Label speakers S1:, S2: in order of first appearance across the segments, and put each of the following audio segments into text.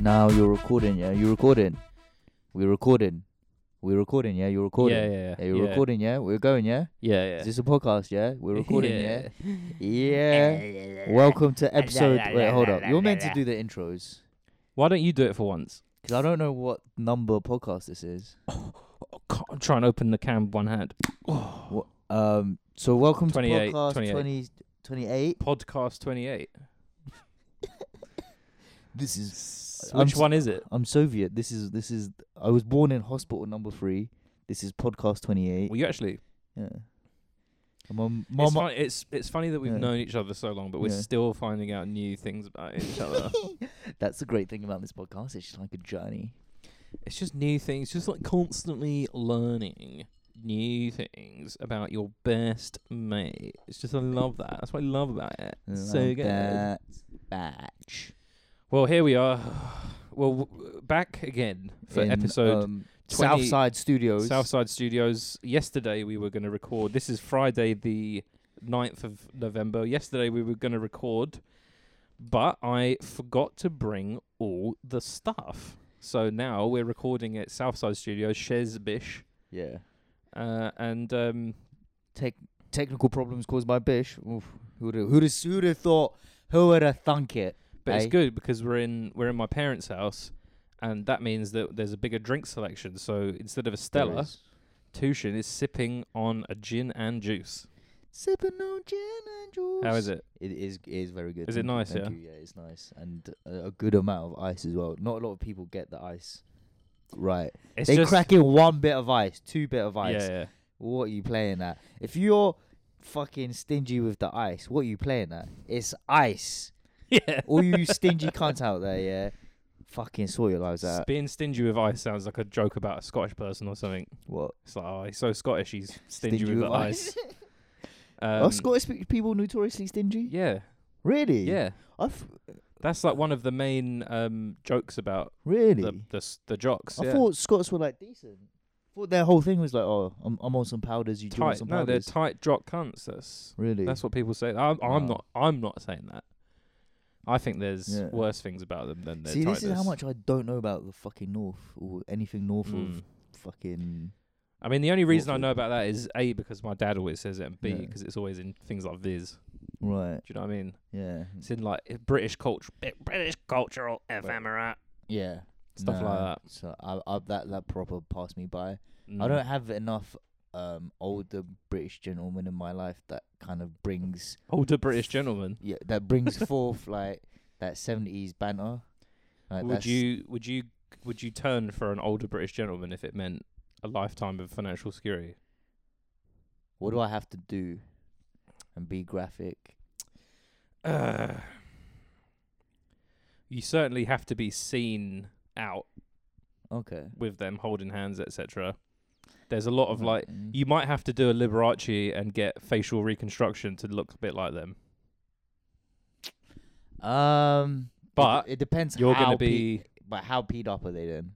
S1: Now you're recording, yeah? You're recording. We're recording. We're recording, yeah? You're recording.
S2: Yeah, yeah, yeah.
S1: you're
S2: yeah.
S1: recording, yeah? We're going, yeah?
S2: Yeah, yeah.
S1: Is this a podcast, yeah? We're recording, yeah?
S2: yeah.
S1: Yeah. Welcome to episode. Wait, hold up. You're meant to do the intros.
S2: Why don't you do it for once?
S1: Because I don't know what number podcast this is.
S2: Oh, can't- I'm trying to open the can with one hand.
S1: Um. So, welcome to
S2: 28,
S1: podcast
S2: 28.
S1: 20, 28.
S2: Podcast 28.
S1: This is. I'm
S2: Which
S1: s-
S2: one is it?
S1: I'm Soviet. This is. This is. I was born in hospital number three. This is podcast 28.
S2: Well, you actually.
S1: Yeah. I'm on
S2: It's,
S1: Mama.
S2: fun, it's it's funny that we've
S1: Yeah.
S2: known each other so long, but we're
S1: Yeah.
S2: still finding out new things about each other.
S1: That's the great thing about this podcast. It's just like a journey.
S2: it's just new things, just like constantly learning new things about your best mate. It's just I love that. That's what I love about it. It's so
S1: Like
S2: good.
S1: that batch
S2: Well, here we are. Well, w- back again for
S1: in,
S2: episode
S1: um,
S2: 20
S1: Southside Studios.
S2: Southside Studios. Yesterday we were going to record. This is Friday the 9th of November. Yesterday we were going to record, but I forgot to bring all the stuff. So now we're recording at Southside Studios, Shezbish.
S1: Yeah.
S2: Uh, and um,
S1: Tech technical problems caused by Bish. Oof. Who'd have, who'd have, who'd have thought? Who would have thunk it?
S2: but
S1: Aye.
S2: it's good because we're in we're in my parents' house, and that means that there's a bigger drink selection. So instead of a Stella,
S1: Fellas.
S2: Tushin is sipping on a gin and juice.
S1: Sipping on gin and juice.
S2: How is it?
S1: It is. It is very good.
S2: Is it
S1: Thank you,
S2: nice,
S1: thank
S2: yeah?
S1: you. Yeah, it's nice and a, a good amount of ice as well. Not a lot of people get the ice. Right.
S2: It's
S1: they
S2: just-
S1: crack in one bit of ice, two bit of ice.
S2: Yeah, yeah.
S1: What are you playing at? If you're fucking stingy with the ice, what are you playing at? It's ice.
S2: yeah.
S1: All you stingy cunts out there, yeah. Fucking sort your lives
S2: S-
S1: out.
S2: Being stingy with ice sounds like a joke about a Scottish person or something.
S1: What?
S2: It's like, oh, he's so Scottish, he's stingy, with, the ice.
S1: Are
S2: Um,
S1: Scottish pe- people notoriously stingy?
S2: Yeah,
S1: Really?
S2: yeah.
S1: I've
S2: That's like one of the main um, jokes about
S1: really.
S2: the, the s- the jocks.
S1: I
S2: yeah.
S1: thought Scots were like decent. Thought their whole thing was like, oh, I'm, I'm on some powders. You do want
S2: tight.
S1: some
S2: No, they're
S1: powders?
S2: tight jock cunts. That's
S1: really?
S2: that's what people say. I'm, I'm
S1: Wow.
S2: not. I'm not saying that. I think there's
S1: Yeah.
S2: worse things about them than their
S1: See, this is how
S2: tightness.
S1: much I don't know about the fucking north or anything north
S2: Mm.
S1: of fucking.
S2: I mean, the only reason I
S1: Awful.
S2: know about that is a because my dad always says it, and b
S1: Yeah.
S2: because it's always in things like Viz.
S1: Right.
S2: Do you know what I mean?
S1: Yeah.
S2: It's in like British culture, British cultural ephemera,
S1: Yeah.
S2: stuff like
S1: Nah.
S2: that.
S1: So I, I that that proper passed me by. I
S2: Mm.
S1: don't have enough um older British gentlemen in my life that kind of brings
S2: older British gentleman.
S1: yeah that brings forth like that seventies banter. Like,
S2: would
S1: that's-
S2: you would you would you turn for an older British gentleman if it meant a lifetime of financial security?
S1: What do I have to do? And be graphic.
S2: Uh, you certainly have to be seen out
S1: Okay.
S2: with them holding hands, etc. There's a lot of
S1: Mm,
S2: like
S1: mm.
S2: you might have to do a Liberace and get facial reconstruction to look a bit like them.
S1: Um. it d-
S2: But
S1: it, depends.
S2: You're
S1: how
S2: gonna
S1: pe-
S2: be
S1: But how peed up are they then?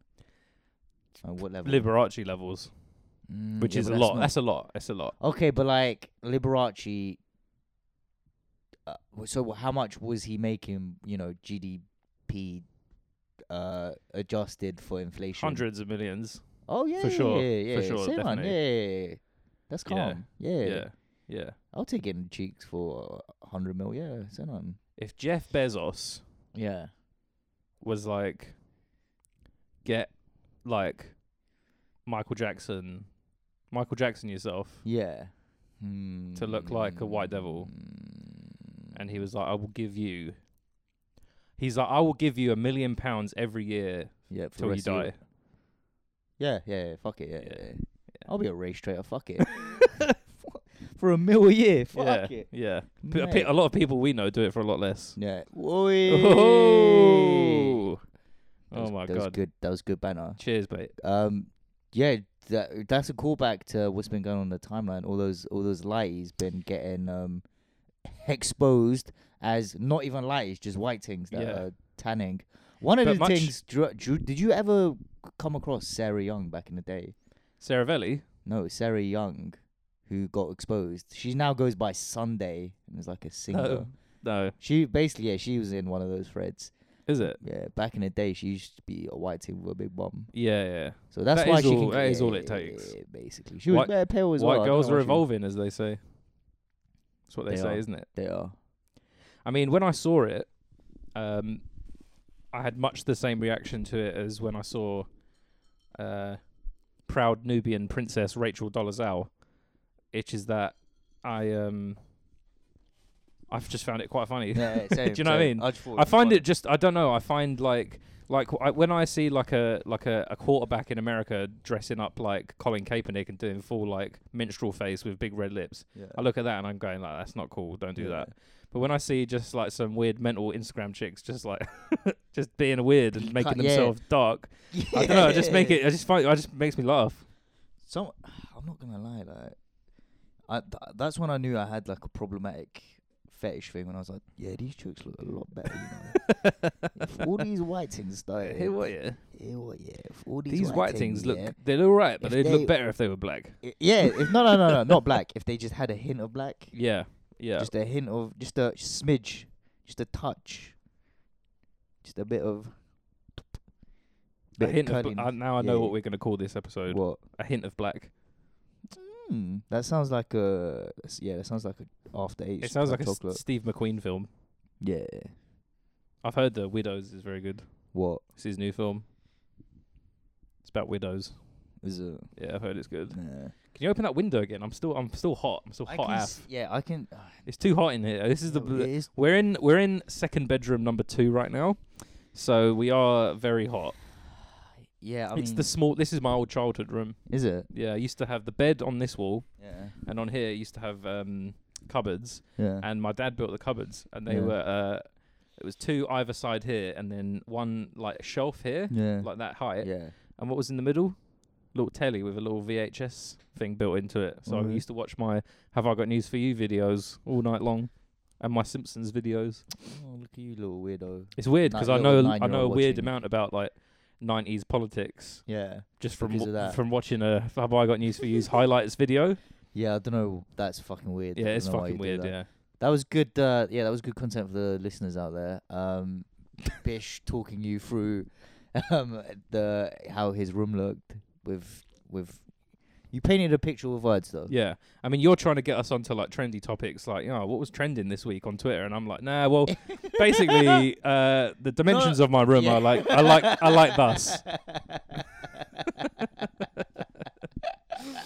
S1: Like what level?
S2: Liberace levels,
S1: Mm,
S2: which
S1: yeah,
S2: is a
S1: but
S2: lot.
S1: not-
S2: That's a lot. That's a lot.
S1: Okay, but like Liberace. Uh, w- so how much was he making? You know, GDP uh, adjusted for inflation.
S2: Hundreds of millions.
S1: Oh yeah,
S2: For sure,
S1: Yeah, yeah,
S2: for
S1: yeah,
S2: sure,
S1: Same one,
S2: definitely.
S1: yeah, yeah, yeah. That's
S2: Yeah,
S1: calm. Yeah.
S2: Yeah. Yeah.
S1: I'll take it in cheeks for a hundred mil. Yeah, same one.
S2: If Jeff Bezos
S1: Yeah.
S2: was like get like Michael Jackson Michael Jackson yourself
S1: Yeah.
S2: to look like a white devil
S1: Hmm.
S2: and he was like I will give you He's like I will give you a million pounds every year
S1: yeah, for the
S2: till you
S1: rest of your-
S2: die.
S1: Yeah, yeah, yeah, fuck it, yeah,
S2: Yeah.
S1: yeah. yeah. I'll be a race traitor, fuck it. for a mil a year, fuck
S2: yeah.
S1: it.
S2: Yeah. P- a pe-
S1: mate.
S2: a lot of people we know do it for a lot less.
S1: Yeah.
S2: Oh,
S1: That was-
S2: my
S1: that was
S2: god.
S1: good. That was good banner.
S2: Cheers, mate.
S1: Um, yeah, that, that's a callback to what's been going on in the timeline. All those, all those lighties been getting um exposed as not even lighties, just white things that
S2: Yeah.
S1: are tanning. One of
S2: But
S1: the
S2: much-
S1: things. Dr- Dr- did you ever come across Sarah Young back in the day?
S2: Saravelli?
S1: No, Sarah Young, who got exposed. She now goes by Sunday and is like a singer.
S2: No.
S1: She basically, yeah, she was in one of those threads.
S2: Is it?
S1: Yeah, back in the day, she used to be a white teen with a big bum.
S2: Yeah, yeah.
S1: So that's
S2: That
S1: why
S2: is
S1: she
S2: all-
S1: can.
S2: that is
S1: yeah,
S2: all it
S1: yeah,
S2: takes.
S1: Yeah, basically, she was
S2: White-
S1: very pale as
S2: White
S1: well. I don't
S2: girls
S1: know
S2: are
S1: why she was-
S2: evolving, as they say. That's what they,
S1: They
S2: say,
S1: are.
S2: isn't it?
S1: They are.
S2: I mean, when I saw it, um, I had much the same reaction to it as when I saw uh, proud Nubian princess Rachel Dolezal. It is that I um, I've just found it quite funny.
S1: Yeah, yeah, same,
S2: Do you know what I
S1: same.
S2: mean?
S1: I, just thought it
S2: I
S1: was
S2: find
S1: funny.
S2: it just I don't know. I find like like I, when I see like a like a, a quarterback in America dressing up like Colin Kaepernick and doing full like minstrel face with big red lips.
S1: Yeah.
S2: I look at that and I'm going like that's not cool. Don't do
S1: Yeah.
S2: that. But when I see just like some weird mental Instagram chicks just like just being weird and making
S1: Cut- yeah.
S2: themselves dark, I don't know. I just make
S1: Yeah.
S2: it. I just find. I just makes me laugh.
S1: Some, I'm not gonna lie, like, I th- that's when I knew I had like a problematic fetish thing. When I was like, yeah, these chicks look a lot better, you know. if all these white things started,
S2: Hey, what, yeah.
S1: yeah, what, yeah, if all these,
S2: These, white, things, look.
S1: yeah,
S2: They're all right, but
S1: If
S2: they'd look
S1: they-
S2: better if they were black.
S1: I- yeah, if no, no, no, no, not black. If they just had a hint of black,
S2: Yeah, yeah.
S1: just a hint of, just a smidge, just a touch, just a bit of,
S2: a
S1: bit
S2: hint of
S1: cunning.
S2: bla- uh, now I know
S1: Yeah.
S2: what we're going to call this episode.
S1: what?
S2: A hint of black.
S1: Hmm, that sounds like a that's- yeah. That sounds like a after eight.
S2: It sounds like a S-
S1: chocolate.
S2: Steve McQueen film.
S1: yeah.
S2: I've heard the Widows is very good.
S1: What
S2: It's his new film. It's about widows.
S1: is it?
S2: Yeah, I've heard it's good.
S1: Nah.
S2: Can you open that window again? I'm still, I'm still hot. I'm still
S1: I
S2: hot.
S1: can
S2: Af.
S1: s- yeah, I can. Uh,
S2: It's too hot in here. This is the.
S1: no,
S2: bl-
S1: it is-
S2: We're in we're in second bedroom number two right now, so we are very hot.
S1: yeah, I
S2: it's
S1: mean,
S2: the small. This is my old childhood room.
S1: is it?
S2: Yeah, I used to have the bed on this wall,
S1: Yeah.
S2: and on here I used to have um, cupboards,
S1: Yeah.
S2: and my dad built the cupboards, and they
S1: Yeah.
S2: were uh, it was two either side here, and then one like shelf here,
S1: yeah.
S2: like that height,
S1: yeah.
S2: and what was in the middle. Little telly with a little VHS thing built into it, so I
S1: Alright.
S2: used to watch my "Have I Got News for You" videos all night long, and my Simpsons videos.
S1: Oh, look at you, little weirdo.
S2: It's weird
S1: Like
S2: because I
S1: little
S2: know I know a
S1: nine-year-old
S2: weird
S1: watching-
S2: amount about like '90s politics
S1: Yeah.
S2: just from
S1: Because
S2: wa-
S1: of that.
S2: from watching a "Have I Got News for You's highlights video.
S1: Yeah, I don't know. That's fucking weird.
S2: Yeah,
S1: I
S2: it's
S1: dunno why
S2: fucking
S1: you do
S2: weird.
S1: That.
S2: Yeah,
S1: That was good. Uh, yeah, that was good content for the listeners out there. Um, Bish talking you through um, the how his room looked with with. You painted a picture with words though.
S2: yeah. I mean, you're trying to get us onto like trendy topics, like you know what was trending this week on Twitter, and I'm like, nah. Well, basically, uh, the dimensions of my room
S1: Yeah.
S2: are like I like I like thus.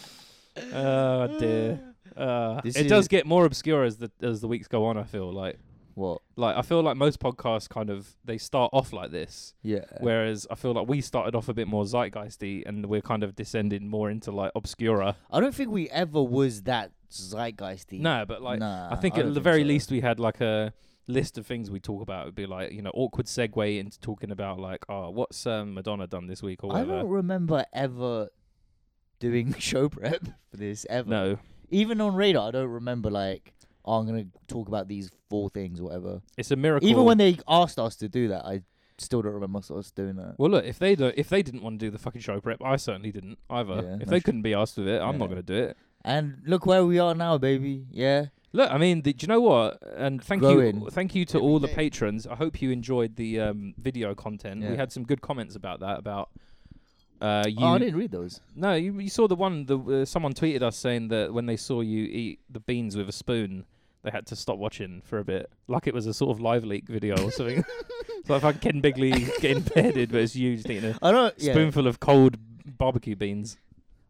S2: Oh dear. Uh,
S1: This
S2: it
S1: is-
S2: does get more obscure as the as the weeks go on. I feel like
S1: What?
S2: like I feel like most podcasts kind of they start off like this.
S1: Yeah.
S2: Whereas I feel like we started off a bit more zeitgeisty and we're kind of descending more into like obscura.
S1: I don't think we ever was that zeitgeisty.
S2: No, but like
S1: Nah,
S2: I think
S1: don't
S2: at the very
S1: so.
S2: least we had like a list of things we talk about. It'd be like, you know, awkward segue into talking about like, oh, what's um, Madonna done this week or
S1: I
S2: whatever.
S1: don't remember ever doing show prep for this ever.
S2: No.
S1: Even on radar, I don't remember like, oh, I'm gonna talk about these four things, or whatever.
S2: It's a miracle.
S1: Even when they asked us to do that, I still don't remember us doing that.
S2: Well look, if they don't if they didn't want to do the fucking show prep, I certainly didn't either.
S1: Yeah,
S2: if
S1: no
S2: they
S1: sh-
S2: couldn't be asked with it, I'm not
S1: Yeah.
S2: gonna do it.
S1: And look where we are now, baby. Yeah.
S2: Look, I mean, the, do you know what? And thank you,
S1: Growing.
S2: thank you to
S1: Every
S2: all the
S1: day.
S2: patrons. I hope you enjoyed the um, video content. We
S1: Yeah.
S2: had some good comments about that. About uh, you,
S1: oh, I didn't read those.
S2: no, you, you saw the one. The uh, someone tweeted us saying that when they saw you eat the beans with a spoon, they had to stop watching for a bit, like it was a sort of live leak video or something. it's like fucking Ken Bigley getting beheaded, but it's you just eating a
S1: I don't. Yeah.
S2: spoonful of cold barbecue beans.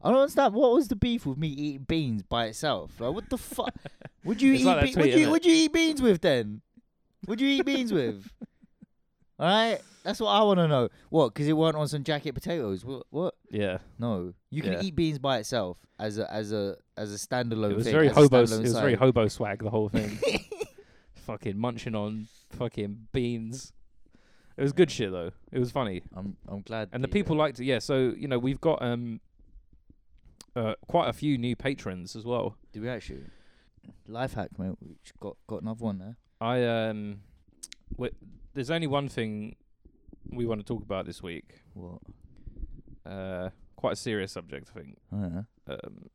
S1: I don't understand. What was the beef with me eating beans by itself? Like, what the fuck? Would you
S2: It's
S1: eat?
S2: like that
S1: be-
S2: tweet,
S1: would
S2: isn't
S1: you?
S2: it?
S1: Would you eat beans with then? Would you eat beans with? All right, that's what I want to know. What? Because it weren't on some jacket potatoes. What? What?
S2: Yeah,
S1: No, you can
S2: Yeah.
S1: eat beans by itself as a as a as a standalone.
S2: it was
S1: thing,
S2: very
S1: as a
S2: hobo. It
S1: standalone
S2: was very
S1: side.
S2: hobo swag. The whole thing. fucking munching on fucking beans. It was good shit though. It was funny,
S1: I'm I'm glad.
S2: and the
S1: that,
S2: people
S1: uh,
S2: liked it. Yeah, so you know we've got um, uh, quite a few new patrons as well.
S1: Did we actually? Life hack, mate. We just got got another one there.
S2: I um, w- there's only one thing we want to talk about this week.
S1: What?
S2: Uh, quite a serious subject, I think.
S1: Uh,
S2: Um,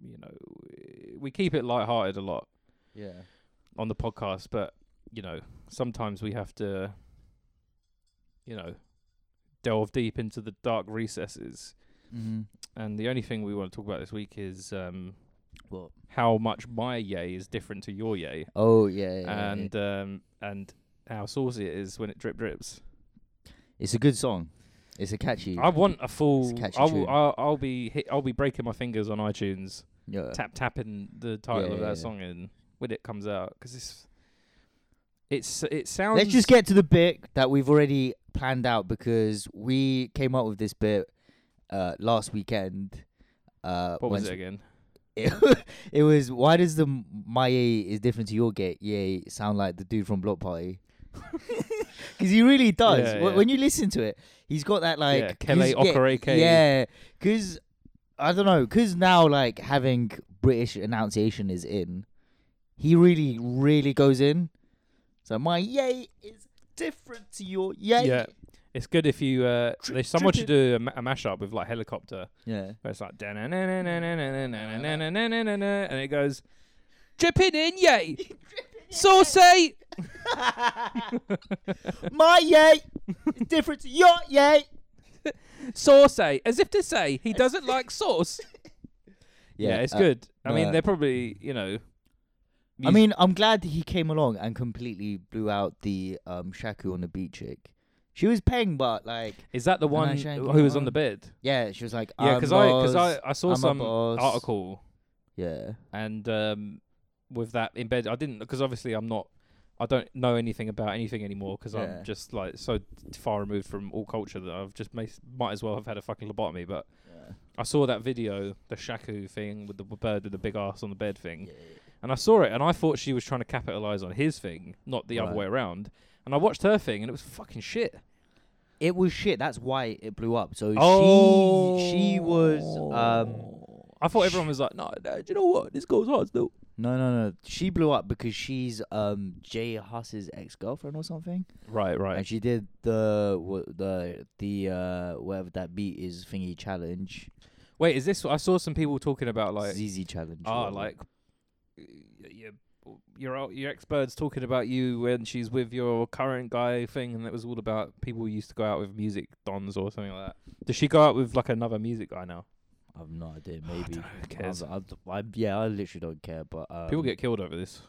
S2: you know, we- we keep it light-hearted a lot
S1: yeah.
S2: on the podcast, but you know, sometimes we have to you know, delve deep into the dark recesses.
S1: Mm-hmm.
S2: And the only thing we want to talk about this week is um,
S1: What?
S2: how much my yay is different to your yay,
S1: Oh yeah, yeah, yeah, yeah.
S2: and um, and how saucy it is when it drip drips.
S1: it's a good song. It's a catchy.
S2: I want a full.
S1: It's a catchy
S2: I'll,
S1: tune.
S2: I'll I'll be hit, I'll be breaking my fingers on iTunes,
S1: yeah.
S2: tap tapping the title of
S1: Yeah, yeah,
S2: that
S1: Uh. yeah.
S2: song in when it comes out because it's it's it sounds.
S1: Let's just get to the bit that we've already planned out because we came up with this bit uh, last weekend. Uh,
S2: What was
S1: once-
S2: it again?
S1: It, it was why does the m- my yay is different to your gay yay sound like the dude from Block Party? Because he really does.
S2: Yeah,
S1: Wh-
S2: yeah.
S1: When you listen to it, he's got that like
S2: yeah, Kele
S1: he's- yeah,
S2: Okereke.
S1: Yeah, because I don't know, because now like having British enunciation is in, he really, really goes in. So my yay is different to your yay.
S2: Yeah. It's good if you. Uh, there's someone should do a, ma- a mashup with like helicopter,
S1: yeah.
S2: where it's like and it goes dripping in, yay, saucy.
S1: my yay is different to your yay.
S2: saucy, as if to say he doesn't like sauce. Yeah, it's
S1: uh,
S2: good. I
S1: no.
S2: mean, they're probably you know.
S1: I mean, I'm glad that he came along and completely blew out the um, Shaku on the beat chick. She was paying, but like,
S2: is that the
S1: I
S2: one
S1: shank
S2: who was
S1: you
S2: on the
S1: on?
S2: bed?
S1: yeah, she was like,
S2: Yeah,
S1: because
S2: because I because I, I saw
S1: I'm a
S2: some
S1: boss.
S2: article
S1: yeah,
S2: and um, with that in bed, I didn't because obviously I'm not. I don't know anything about anything anymore because
S1: Yeah.
S2: I'm just like so far removed from all culture that I've just may, might as well have had a fucking lobotomy. But
S1: yeah.
S2: I saw that video, the Shaku thing with the bird with the big ass on the bed thing,
S1: Yeah.
S2: and I saw it and I thought she was trying to capitalize on his thing, not the other
S1: Right.
S2: way around. And I watched her thing and it was fucking shit.
S1: It was shit. That's why it blew up. So she she was um
S2: Oh. I thought everyone was like, no, no, do you know what? This goes hard still.
S1: no no no she blew up because she's um Jay Huss's ex girlfriend or something,
S2: Right, right.
S1: and she did the wha- the the uh whatever that beat is thingy challenge,
S2: Wait, is this? I saw some people talking about like,
S1: ZZ challenge.
S2: ah,
S1: whatever.
S2: like your your old- your ex bird's talking about you when she's with your current guy thing, and that was all about people who used to go out with music dons or something like that. Does she go out with like another music guy now?
S1: I've no idea.
S2: Oh, I
S1: Maybe
S2: dunno, who cares?
S1: I, I, yeah, I literally don't care. But um,
S2: people get killed over this.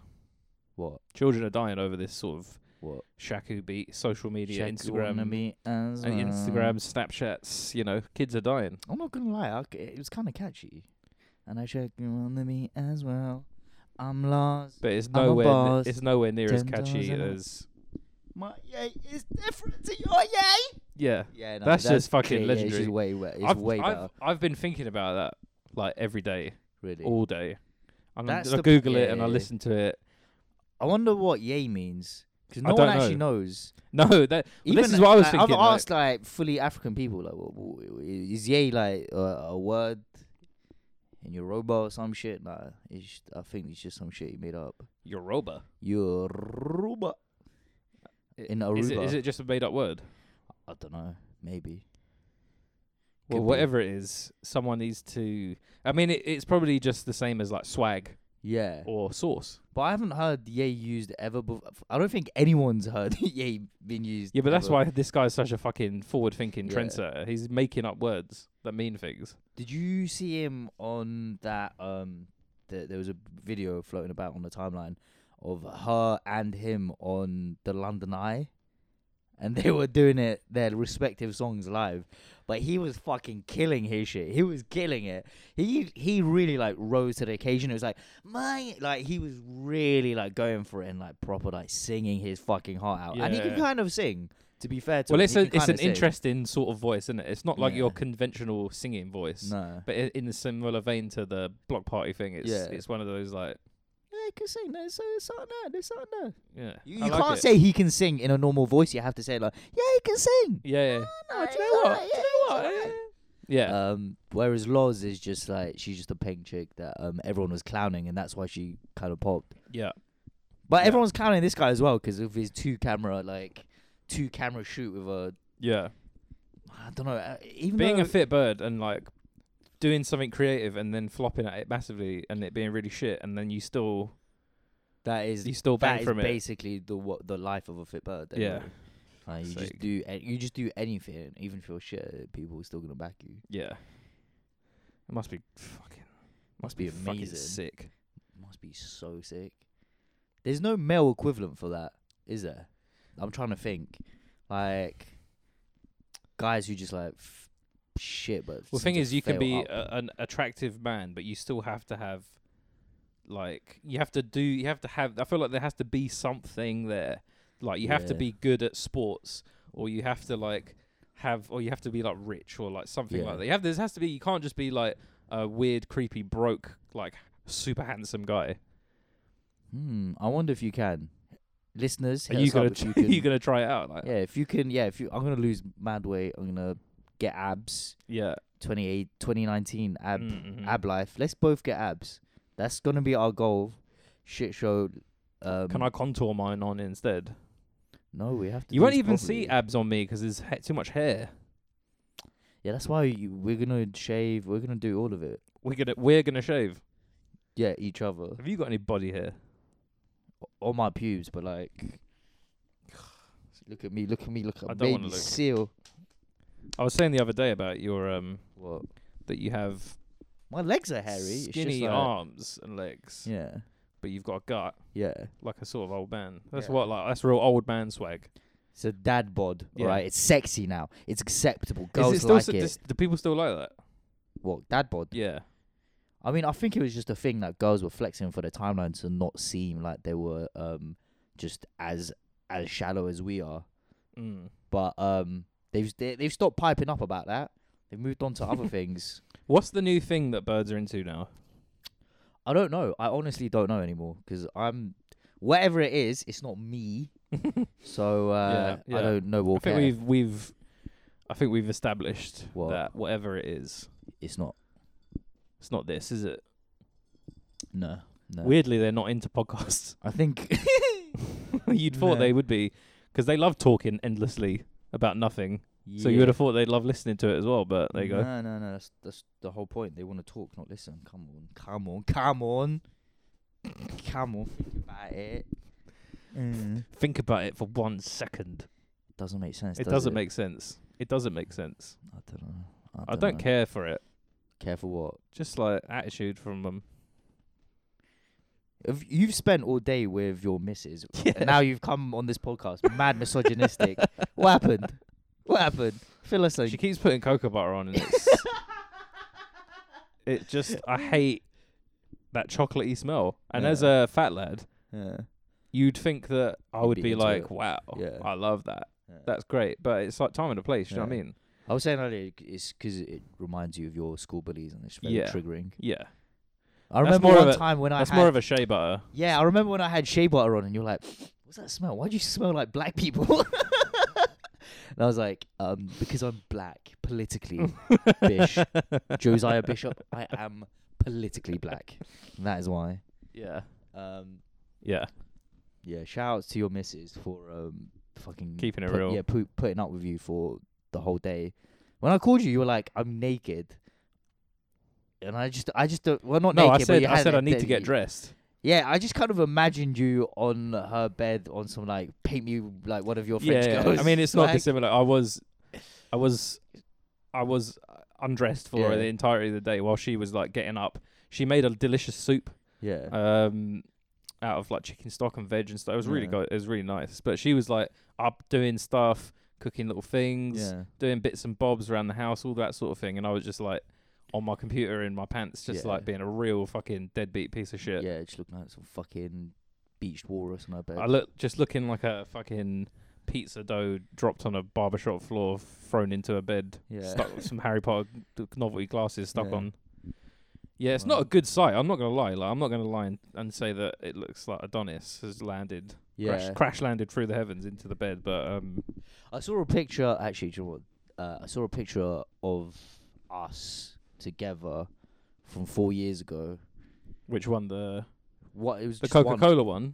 S1: what
S2: Children are dying over this sort of
S1: what
S2: shaku beat, social media,
S1: Check you wanna
S2: Instagram,
S1: be as
S2: and
S1: well.
S2: Instagram, Snapchats. You know, kids are dying.
S1: I'm not gonna lie, I c it was kind of catchy, and I check you on the me as well. I'm lost.
S2: But it's
S1: I'm a
S2: nowhere. ne-
S1: boss.
S2: it's nowhere near as
S1: Ten dollars
S2: catchy
S1: an hour.
S2: as.
S1: My yay is different to your yay.
S2: Yeah,
S1: Yeah, no,
S2: That's just fucking
S1: yeah, yeah, it's
S2: legendary.
S1: just way, way, it's
S2: I've,
S1: way
S2: I've,
S1: better,
S2: I've been thinking about that like every day,
S1: really.
S2: all day. And I
S1: That's the-
S2: Google it and I
S1: yeah.
S2: listen to it.
S1: I wonder what yay means because
S2: I
S1: no one
S2: don't
S1: actually knows.
S2: No, that
S1: Even,
S2: this is what I was
S1: like,
S2: thinking.
S1: I've
S2: like,
S1: asked like fully African people, like, wha- wha- is yay like uh, a word in your robot or some shit? Nah, it's, just- I think it's just some shit you made up.
S2: Yoruba.
S1: Yoruba. In
S2: Is it,
S1: Aruba.
S2: is it just a made up word?
S1: I don't know. Maybe.
S2: Well,
S1: Could be.
S2: whatever it is, someone needs to. I mean, it, it's probably just the same as like swag
S1: Yeah.
S2: or sauce.
S1: But I haven't heard yay used ever before. I don't think anyone's heard yay being used.
S2: Yeah, but that's
S1: ever.
S2: why this guy's such a fucking forward thinking
S1: Yeah.
S2: trendsetter. He's making up words that mean things.
S1: Did you see him on that? Um, th- there was a video floating about on the timeline of her and him on the London Eye, and they were doing it their respective songs live. But he was fucking killing his shit. He was killing it. He he really like rose to the occasion. It was like my like he was really like going for it and like proper like singing his fucking heart out. And he can
S2: Yeah.
S1: kind of sing. To be fair to
S2: well,
S1: him,
S2: it's
S1: he
S2: a,
S1: can
S2: it's
S1: kinda
S2: an
S1: sing.
S2: interesting sort of voice, isn't it? It's not like your
S1: Yeah.
S2: conventional singing voice,
S1: No,
S2: but i- in the similar vein to the block party thing. It's
S1: Yeah.
S2: it's one of those like
S1: yeah, he can sing. There's, there's something there. There's something there.
S2: yeah.
S1: You,
S2: I
S1: you
S2: like
S1: can't
S2: it.
S1: say he can sing in a normal voice. You have to say like, yeah, he can sing.
S2: yeah. yeah.
S1: No,
S2: do
S1: it's
S2: you know what?
S1: alright,
S2: Do you know what?
S1: yeah, it's
S2: Eh? Yeah.
S1: Um, whereas Loz is just like she's just a pink chick that um everyone was clowning, and that's why she kind of popped.
S2: yeah.
S1: But
S2: Yeah.
S1: everyone's clowning this guy as well because of his two camera like two camera shoot with a
S2: Yeah.
S1: I don't know uh, even
S2: Being
S1: though,
S2: a fit bird and like doing something creative and then flopping at it massively and it being really shit and then you still
S1: that is
S2: you still
S1: that
S2: bang
S1: is
S2: from it.
S1: basically the what the life of a fit bird. then,
S2: Yeah.
S1: really. Uh, you
S2: fuck's
S1: just
S2: sake.
S1: do a- you just do anything, even if you're shit, people are still gonna back you.
S2: Yeah. It must be fucking. Must
S1: be
S2: be, fucking
S1: amazing.
S2: sick.
S1: Must be so sick. There's no male equivalent for that, is there? I'm trying to think, like guys who just like f- shit. But
S2: Well,
S1: seem
S2: the thing
S1: to
S2: is, you can
S1: fail
S2: be uh,
S1: up.
S2: a, an attractive man, but you still have to have, like, you have to do, you have to have. I feel like there has to be something there. Like, you have to
S1: Yeah.
S2: be good at sports, or you have to like have, or you have to be like rich, or like something
S1: Yeah.
S2: like that. You have there has to be. You can't just be like a weird, creepy, broke, like super handsome guy.
S1: Hmm. I wonder if you can, listeners.
S2: Are
S1: hit
S2: you
S1: us up
S2: gonna,
S1: if
S2: tr-
S1: you
S2: are
S1: can,
S2: you gonna try it out? Like, yeah.
S1: Yeah, if you can. Yeah, if you. I'm gonna lose mad weight. I'm gonna get abs. 28, 2019 ab
S2: Mm, mhm.
S1: ab life. Let's both get abs. That's gonna be our goal. Shit show. Um,
S2: Can I contour mine on instead?
S1: No, we have to.
S2: You
S1: do
S2: won't
S1: this
S2: even
S1: properly.
S2: see abs on me because there's ha- too much hair.
S1: Yeah, that's why you, we're gonna shave. We're gonna do all of it.
S2: We're gonna we're gonna shave.
S1: Yeah, each other
S2: Have you got any body hair?
S1: or my pubes, but like, look at me, look at me, look at
S2: I don't wanna
S1: baby
S2: look.
S1: seal.
S2: I was saying the other day about your um
S1: What?
S2: that you have
S1: My legs are hairy. it's just
S2: skinny
S1: like-
S2: arms and legs,
S1: Yeah,
S2: but you've got a gut
S1: yeah.
S2: like a sort of old man. That's
S1: Yeah.
S2: what like that's real old man swag.
S1: It's a dad bod,
S2: Yeah.
S1: right? It's sexy now. It's acceptable.
S2: Is
S1: Girls
S2: it still
S1: like
S2: so-
S1: it.
S2: does- do people still like that?
S1: What dad bod?
S2: Yeah.
S1: I mean, I think it was just a thing that girls were flexing for the timeline to not seem like they were um just as as shallow as we are.
S2: Mm.
S1: But um, they've they, they've stopped piping up about that. They've moved on to other things.
S2: What's the new thing that birds are into now?
S1: I don't know. I honestly don't know anymore because I'm whatever it is, it's not me. so uh,
S2: Yeah, yeah.
S1: I don't know what.
S2: I think we've we've I think we've established
S1: What?
S2: that whatever it is,
S1: It's not.
S2: it's not this, is it?
S1: No. No.
S2: Weirdly, they're not into podcasts.
S1: I think.
S2: You'd thought
S1: No.
S2: they would be, 'cause they love talking endlessly about nothing. So you would have thought they'd love listening to it as well. But there you go.
S1: No, no, no. That's that's the whole point. They want to talk, not listen. Come on, come on, come on, come on. Think about it. Mm.
S2: Think about it for one second.
S1: Doesn't make sense.
S2: It
S1: does
S2: doesn't make sense. It doesn't make sense.
S1: I don't know. I don't,
S2: I don't
S1: know.
S2: care for it.
S1: Care for what?
S2: Just like attitude from them.
S1: If you've spent all day with your missus,
S2: Yeah.
S1: and now you've come on this podcast, mad misogynistic. what happened? What happened? Fill us in.
S2: She keeps putting cocoa butter on, and it's it just I hate that chocolatey smell. And as
S1: Yeah.
S2: a fat lad,
S1: Yeah.
S2: you'd think that I would
S1: be
S2: be
S1: into
S2: like,
S1: it.
S2: wow,
S1: Yeah.
S2: I love that.
S1: Yeah.
S2: That's great. But it's like time and a place. You know what
S1: Yeah.
S2: I mean?
S1: I was saying earlier, c- it's because it reminds you of your school bullies, and it's very
S2: Yeah.
S1: triggering.
S2: Yeah.
S1: I
S2: That's
S1: remember
S2: more of
S1: one
S2: a-
S1: time when I
S2: That's
S1: had
S2: more of a shea butter.
S1: Yeah, I remember when I had shea butter on, and you're like, "What's that smell? Why do you smell like black people?" and I was like, um, "Because I'm black politically, Bish, Josiah Bishop. I am politically black. And that is why."
S2: Yeah.
S1: Um,
S2: Yeah.
S1: yeah, shout outs to your missus for um, fucking
S2: Keeping it
S1: put-
S2: real.
S1: Yeah, pu- putting up with you for the whole day. When I called you, you were like, "I'm naked." And I just, I just don't. Well, not
S2: no,
S1: naked.
S2: I
S1: but
S2: said
S1: you
S2: I
S1: had
S2: said I
S1: it-
S2: need to
S1: that
S2: get
S1: you-
S2: dressed.
S1: Yeah, I just kind of imagined you on her bed on some like paint me like one of your French
S2: yeah,
S1: girls.
S2: I mean it's not
S1: like,
S2: dissimilar. I was, I was, I was uh, undressed for
S1: Yeah.
S2: the entirety of the day while she was like getting up. She made a delicious soup,
S1: Yeah,
S2: um, out of like chicken stock and veg and stuff. It was really
S1: Yeah.
S2: good. It was really nice. But she was like up doing stuff, cooking little things,
S1: yeah,
S2: doing bits and bobs around the house, all that sort of thing. And I was just like on my computer in my pants, just
S1: Yeah.
S2: like being a real fucking deadbeat piece of shit.
S1: yeah. Just looking like some fucking beached walrus on her bed.
S2: I look just looking like a fucking pizza dough dropped on a barbershop floor, thrown into a bed,
S1: Yeah.
S2: stuck with some Harry Potter g- novelty glasses stuck
S1: Yeah.
S2: on. Yeah, it's not
S1: Wow.
S2: a good sight. I'm not gonna lie. Like, I'm not gonna lie and, and say that it looks like Adonis has landed,
S1: yeah,
S2: crash, crash landed through the heavens into the bed. But um,
S1: I saw a picture. Actually, do you know what? Uh, I saw a picture of us together from four years ago.
S2: which one? The
S1: What it was
S2: the
S1: just one-
S2: Coca Cola one,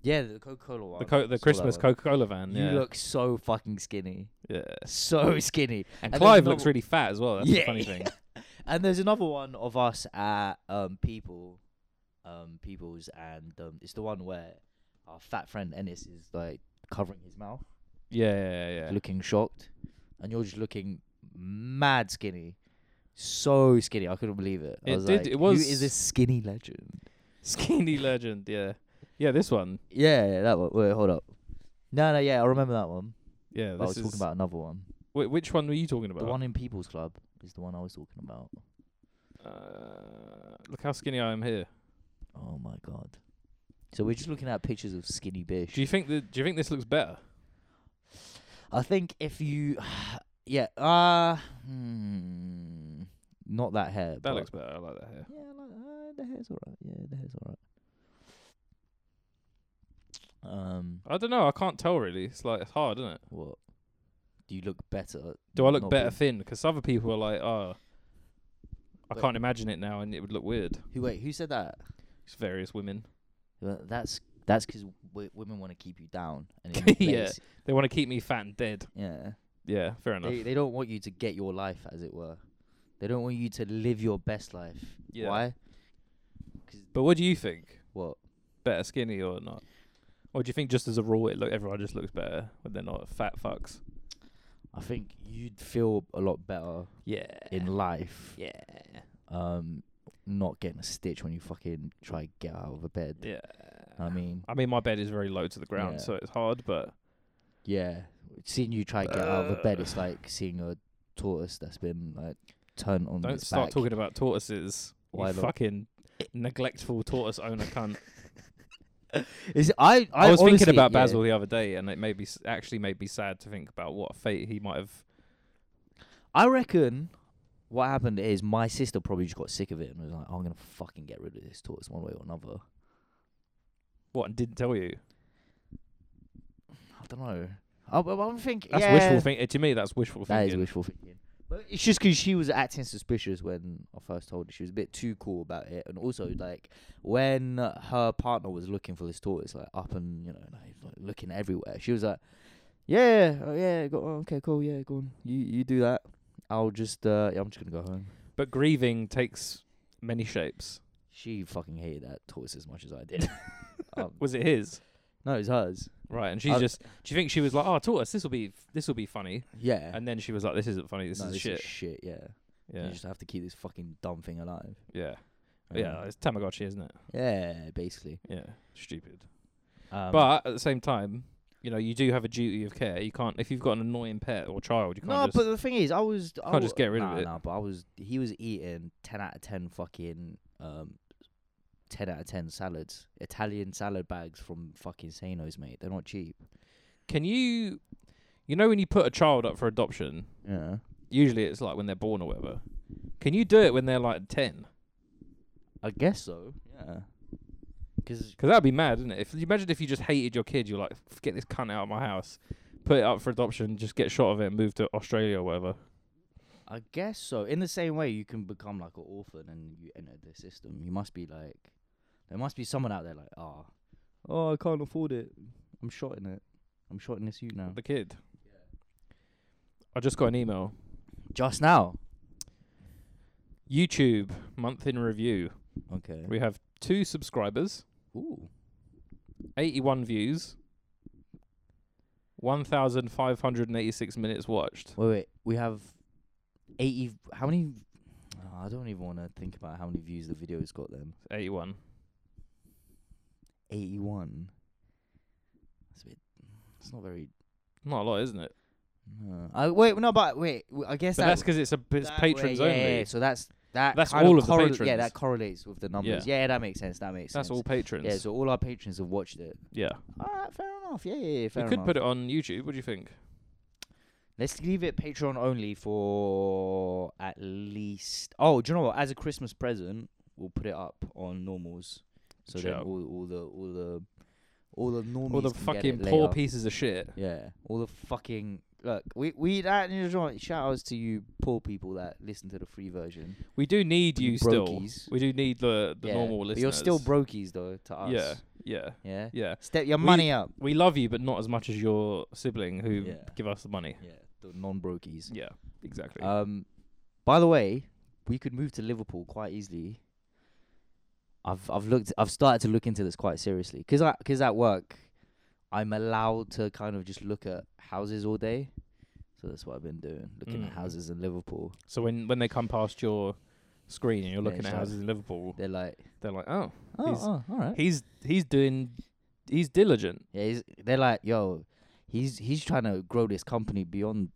S1: Yeah, the Coca Cola one.
S2: the co- the
S1: Saw that
S2: Christmas
S1: one.
S2: Coca Cola van.
S1: You
S2: yeah.
S1: look so fucking skinny,
S2: yeah.
S1: so skinny.
S2: And,
S1: there's
S2: Clive looks
S1: another-
S2: really fat as well. That's the
S1: Yeah.
S2: funny thing.
S1: And there's another one of us at um people, um peoples, and um it's the one where our fat friend Ennis is like covering his mouth.
S2: Yeah, yeah, yeah.
S1: looking shocked, and you're just looking mad skinny, so skinny. I couldn't believe it. I
S2: It
S1: was
S2: did-
S1: Like,
S2: it
S1: "Who
S2: was-
S1: is this skinny legend?
S2: Skinny legend. Yeah, yeah. This one.
S1: Yeah, yeah, that one. Wait, hold up. No, no, yeah, I remember that one.
S2: Yeah,
S1: But
S2: this
S1: I was
S2: is.
S1: talking about another one.
S2: Wait, which one were you talking about?
S1: The one in People's Club is the one I was talking about.
S2: Uh, look how skinny I am here.
S1: Oh my god. So we're just looking at pictures of skinny Bish.
S2: Do you think that? Do you think this looks better?
S1: I think if you, yeah, uh, hmm, not that hair.
S2: That
S1: but
S2: looks better. I like that hair.
S1: Yeah, I like, uh, the hair's alright. Yeah, the hair's alright. Um,
S2: I don't know. I can't tell really. It's like it's hard, isn't it?
S1: what? Do you look better?
S2: Do I look
S1: not
S2: better
S1: being-
S2: thin? 'Cause other people are like, oh, I
S1: But-
S2: can't imagine it now, and it would look weird.
S1: Who? Wait, who said that?
S2: It's various women.
S1: Well, That's that's 'cause w- women want to keep you down. And in
S2: Yeah.
S1: place.
S2: They want to keep me fat and dead.
S1: yeah.
S2: Yeah, fair enough.
S1: They they don't want you to get your life, as it were. They don't want you to live your best life.
S2: Yeah.
S1: Why?
S2: But what do you think?
S1: What?
S2: Better skinny or not? Or do you think just as a rule, it look everyone just looks better when they're not fat fucks?
S1: I think you'd feel a lot better
S2: Yeah.
S1: in life.
S2: yeah.
S1: Um, not getting a stitch when you fucking try to get out of a bed.
S2: Yeah.
S1: I mean,
S2: I mean, my bed is very low to the ground,
S1: Yeah.
S2: so it's hard. But
S1: yeah, seeing you try to get out of a bed, it's
S2: Uh.
S1: like seeing a tortoise that's been like turned on
S2: don't
S1: its
S2: start
S1: back.
S2: talking about tortoises. You
S1: Why not?
S2: fucking neglectful tortoise owner cunt.
S1: Is it- I, I,
S2: I, was
S1: honestly-
S2: thinking about
S1: yeah.
S2: Basil the other day, and it made me s- actually made me sad to think about what fate he might have.
S1: I reckon what happened is my sister probably just got sick of it and was like, "Oh, "I'm gonna fucking get rid of this tortoise one way or another."
S2: What and didn't tell you.
S1: I don't know. I, I, I'm thinking
S2: That's
S1: yeah,
S2: wishful thinking. To me, that's wishful
S1: That is
S2: thinking.
S1: wishful thinking. But it's just 'cause she was acting suspicious when I first told her. She was a bit too cool about it, and also like when her partner was looking for this tortoise, like up and you know, like, like, looking everywhere. She was like, "Yeah, oh, yeah, go, oh, okay, cool, yeah, go on, you you do that. I'll just, uh, yeah, I'm just gonna go home."
S2: But grieving takes many shapes.
S1: She fucking hated that tortoise as much as I did. um,
S2: Was it his?
S1: no, it's hers.
S2: Right, and she's
S1: Uh,
S2: just. Do you think she was like, "Oh, tortoise, this will be this will be funny,"
S1: Yeah.
S2: and then she was like, "This isn't funny. This
S1: No,
S2: is
S1: this
S2: shit."
S1: Is shit. Yeah.
S2: yeah,
S1: You just have to keep this fucking dumb thing alive.
S2: yeah,
S1: Um,
S2: yeah. It's Tamagotchi, isn't it?
S1: Yeah, basically.
S2: Yeah, stupid.
S1: Um,
S2: but at the same time, you know, you do have a duty of care. You can't if you've got an annoying pet or child, you can't.
S1: No,
S2: just,
S1: but the thing is, I was. I
S2: can't just
S1: wa-
S2: get rid of
S1: nah,
S2: it.
S1: Nah, but I was. He was eating ten out of ten fucking um, ten out of ten salads, Italian salad bags from fucking Sano's, mate. They're not cheap.
S2: can you? You know, when you put a child up for adoption,
S1: Yeah.
S2: usually it's like when they're born or whatever. Can you do it when they're like ten?
S1: I guess so. Yeah. Because
S2: Because that'd be mad, isn't it? If imagine if you just hated your kid, you're like, "F- get this cunt out of my house, put it up for adoption, just get shot of it, and move to Australia or whatever.
S1: I guess so. In the same way, you can become like an orphan and you enter the system. You must be like, there must be someone out there like, ah, oh, I can't afford it. I'm shotting it. I'm shotting this you now.
S2: The kid. I just got an email.
S1: Just now.
S2: YouTube month in review.
S1: Okay.
S2: We have two subscribers,
S1: Ooh.
S2: 81 views, 1,586 minutes watched.
S1: Wait, wait. We have eighty. How many? Oh, I don't even want to think about how many views the video's got. Then
S2: 81.
S1: eighty-one. That's a bit. It's not very.
S2: Not a lot, isn't it?
S1: No. I wait. No, but wait. w- I guess
S2: But
S1: that
S2: that's because it's a it's
S1: that way-
S2: patrons
S1: yeah,
S2: only.
S1: yeah, so that's that.
S2: That's
S1: kind
S2: all
S1: of
S2: of the
S1: correl- Yeah,
S2: patrons.
S1: that correlates with the numbers. Yeah, that makes sense. That makes
S2: That's
S1: sense.
S2: all patrons.
S1: Yeah, so all our patrons have watched it.
S2: yeah.
S1: All right, fair enough. Yeah, yeah, yeah
S2: We
S1: fair
S2: could
S1: enough.
S2: put it on YouTube. What do you think?
S1: Let's leave it Patreon only for at least. Oh, do you know what? As a Christmas present, we'll put it up on normals. So then
S2: Joe.
S1: all, all the all the all the normals.
S2: All the
S1: can get
S2: fucking
S1: it
S2: poor
S1: later.
S2: pieces of shit.
S1: Yeah, all the fucking look. We we that you know what, shout outs to you poor people that listen to the free version.
S2: We do need you
S1: Brokies.
S2: still. We do need the, the
S1: yeah,
S2: normal
S1: but
S2: listeners.
S1: You're still brokies though to us.
S2: Yeah, yeah,
S1: yeah.
S2: yeah.
S1: Step your
S2: We-
S1: money up.
S2: We love you, but not as much as your sibling who
S1: Yeah.
S2: give us the money.
S1: Yeah, the non-brokies.
S2: Yeah, exactly.
S1: Um, by the way, we could move to Liverpool quite easily. I've I've looked I've started to look into this quite seriously because I because at work, I'm allowed to kind of just look at houses all day. So that's what I've been doing, looking
S2: Mm.
S1: at houses in Liverpool.
S2: So when when they come past your screen and you're looking
S1: it's
S2: at
S1: like-
S2: houses in Liverpool,
S1: They're like,
S2: they're like, oh,
S1: oh,
S2: He's-
S1: oh all right.
S2: he's he's doing, he's diligent.
S1: Yeah, he's, they're like, yo, he's he's trying to grow this company beyond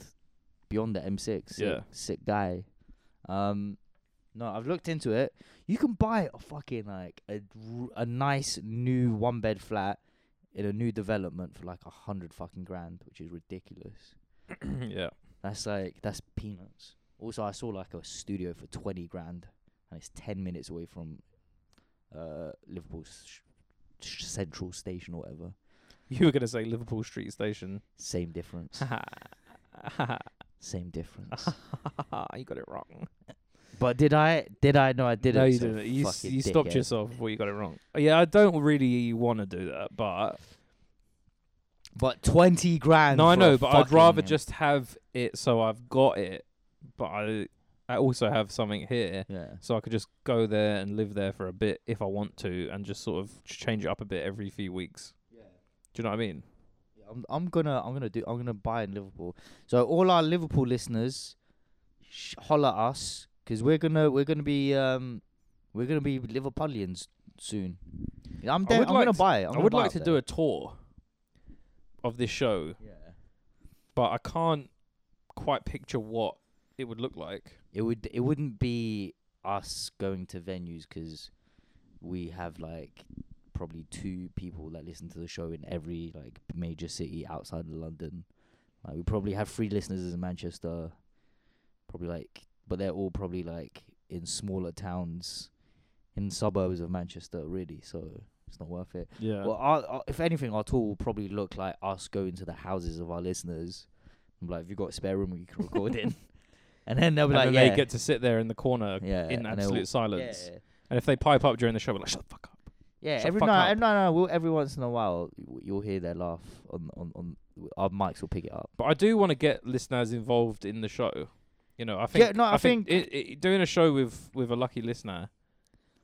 S1: beyond the M6. Sick,
S2: Yeah.
S1: sick guy. Um, no, I've looked into it. You can buy a fucking like a r- a nice new one bed flat in a new development for like a hundred fucking grand, which is ridiculous.
S2: yeah.
S1: That's like that's peanuts. Also, I saw like a studio for twenty grand, and it's ten minutes away from uh Liverpool's sh- sh- central station or whatever.
S2: You were gonna say Liverpool Street Station.
S1: Same difference.
S2: you
S1: Same difference.
S2: got it wrong.
S1: but did I? Did I? No, I didn't.
S2: no, you
S1: so
S2: didn't. You, s-
S1: fucking
S2: you stopped
S1: dickhead.
S2: yourself before you got it wrong. Yeah, I don't really want to do that, but
S1: But twenty grand.
S2: no, I
S1: for
S2: know.
S1: a
S2: But I'd rather
S1: fucking-
S2: just have it so I've got it, but I I also have something here.
S1: Yeah.
S2: so I could just go there and live there for a bit if I want to, and just sort of ch- change it up a bit every few weeks. Do you know what I mean?
S1: I'm, I'm gonna. I'm gonna do. I'm gonna buy in Liverpool. So all our Liverpool listeners, sh- holler at us because we're gonna. We're gonna be. Um, we're gonna be Liverpoolians soon. I'm.
S2: I
S1: De-
S2: would
S1: I'm
S2: like
S1: gonna
S2: to-
S1: buy it. I'm
S2: i
S1: gonna
S2: would
S1: buy
S2: like
S1: up
S2: to
S1: there.
S2: do a tour of this show,
S1: Yeah.
S2: but I can't quite picture what it would look like.
S1: It would. It wouldn't be us going to venues 'cause we have like probably two people that listen to the show in every like major city outside of London. Like we probably have three listeners in Manchester. Probably like, but they're all probably like in smaller towns, in suburbs of Manchester, really. So it's not worth it.
S2: Yeah.
S1: Well, our, our, if anything, our tour will probably look like us going to the houses of our listeners. I'm like, if you've got a spare room, we can record in. And then they'll be
S2: and
S1: like,
S2: then
S1: yeah,
S2: they get to sit there in the corner
S1: yeah,
S2: in
S1: and they'll-
S2: absolute silence.
S1: Yeah,
S2: And if they pipe up during the show, we're like, shut the fuck up.
S1: yeah.
S2: Shut the
S1: Every
S2: fuck
S1: now,
S2: up.
S1: no, no, we'll, every once in a while, you- you'll hear their laugh on on on our mics will pick it up.
S2: But I do want to get listeners involved in the show. You know, I think
S1: no, I
S2: it, it, doing a show with with a lucky listener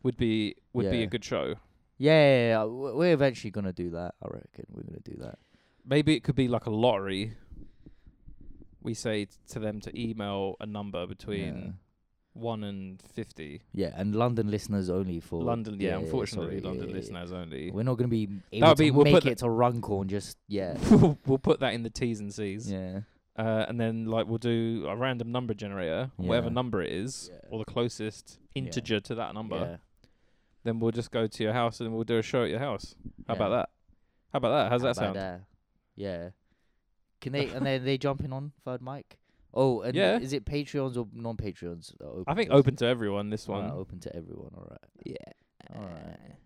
S2: would be would be
S1: Yeah.
S2: a good show.
S1: Yeah, yeah, yeah, w- we're eventually gonna do that. I reckon we're gonna do that.
S2: Maybe it could be like a lottery. We say t- to them to email a number between one and fifty.
S1: Yeah. yeah, and London listeners only for
S2: London, yeah, unfortunately,
S1: sorry,
S2: London
S1: yeah, yeah, yeah.
S2: listeners only.
S1: We're not gonna be able
S2: would
S1: to
S2: be- we'll put
S1: make
S2: the-
S1: it to Runcorn. Just yeah,
S2: we'll, we'll put that in the T's and C's,
S1: yeah.
S2: uh, and then like we'll do a random number generator, whatever
S1: Yeah.
S2: number it is,
S1: Yeah.
S2: or the closest
S1: Yeah.
S2: integer to that number.
S1: yeah.
S2: Then we'll just go to your house and we'll do a show at your house. How
S1: Yeah.
S2: about that? How about that? How's
S1: How
S2: that
S1: about
S2: sound?
S1: that? Yeah. Can they and then they jump in on third mic? Oh, and
S2: Yeah.
S1: is it Patreons or non Patreons? Open
S2: I think
S1: to us?
S2: open to everyone. This
S1: Alright,
S2: one.
S1: Uh, open to everyone. All right.
S2: Yeah.
S1: All right.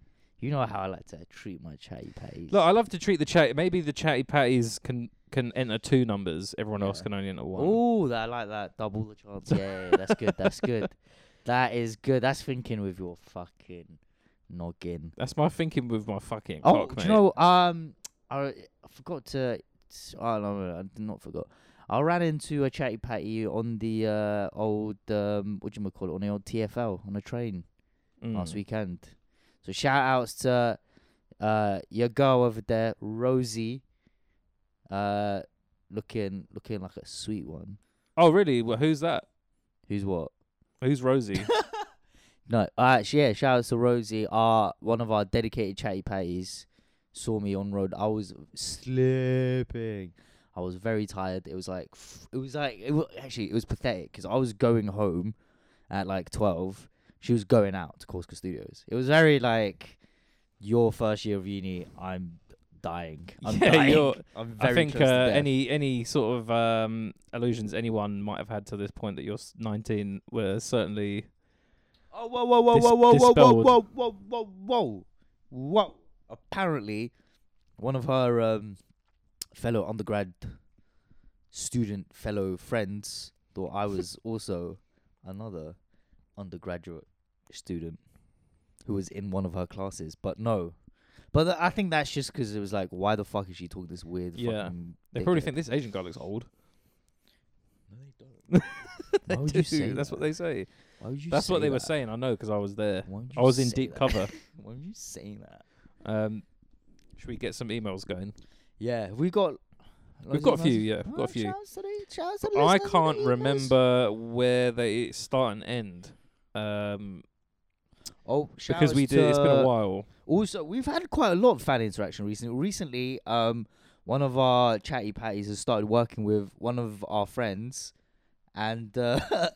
S1: You know how I like to treat my chatty patties.
S2: Look, I love to treat the chat. Maybe the chatty patties can can enter two numbers. Everyone else
S1: Yeah.
S2: can only enter one.
S1: oh, I like that. Double the chance. Yeah, yeah, yeah, that's good. That's good. That is good. That's thinking with your fucking noggin.
S2: That's my thinking with my fucking
S1: Oh,
S2: cock,
S1: do
S2: mate.
S1: you know? Um, I, I forgot to. s- Oh no, I did not forgot. I ran into a chatty patty on the uh, old um, what do you call it on the old TFL on a train
S2: Mm.
S1: last weekend. So shout outs to uh, your girl over there, Rosie. Uh, looking looking like a sweet one.
S2: Oh, really? Well, who's that?
S1: Who's what?
S2: Who's Rosie?
S1: No, uh, sh- yeah, shout out to Rosie. Our one of our dedicated chatty patties saw me on road. I was sleeping. I was very tired. It was like f- it was like it was, actually it was pathetic because I was going home at like twelve. She was going out to Corsica Studios. It was very like your first year of uni. I'm dying. I'm
S2: Yeah,
S1: dying.
S2: you're-
S1: I'm very
S2: I think uh,
S1: close to death.
S2: any any sort of um, illusions anyone might have had to this point that you're s- 19 were certainly.
S1: Oh, whoa, whoa, whoa,
S2: dis-
S1: whoa, whoa, whoa, whoa,
S2: dispelled.
S1: whoa, whoa, whoa, whoa, whoa. Apparently, one of her um, fellow undergrad student fellow friends thought I was also another undergraduate student who was in one of her classes, but no. But th- I think that's just 'cause it was like, why the fuck is she talking this weird?
S2: Yeah.
S1: fucking
S2: They probably
S1: dickhead?
S2: think this Asian guy looks old.
S1: No, they don't.
S2: They
S1: Why would you
S2: do.
S1: say
S2: That's
S1: that?
S2: what they say.
S1: Why would you
S2: That's what
S1: say
S2: they were
S1: that?
S2: saying. I know because I was there.
S1: Why would
S2: I
S1: you
S2: was in
S1: say
S2: deep
S1: that?
S2: cover.
S1: Why would you say that?
S2: Um, should we get some emails going?
S1: Yeah, we got.
S2: We've got a few, yeah,
S1: Oh,
S2: we've got a few. I can't remember where they start and end. Um,
S1: Oh,
S2: because we did. It's been
S1: uh,
S2: a while.
S1: Also, we've had quite a lot of fan interaction recently. Recently, um, one of our chatty patties has started working with one of our friends, and uh,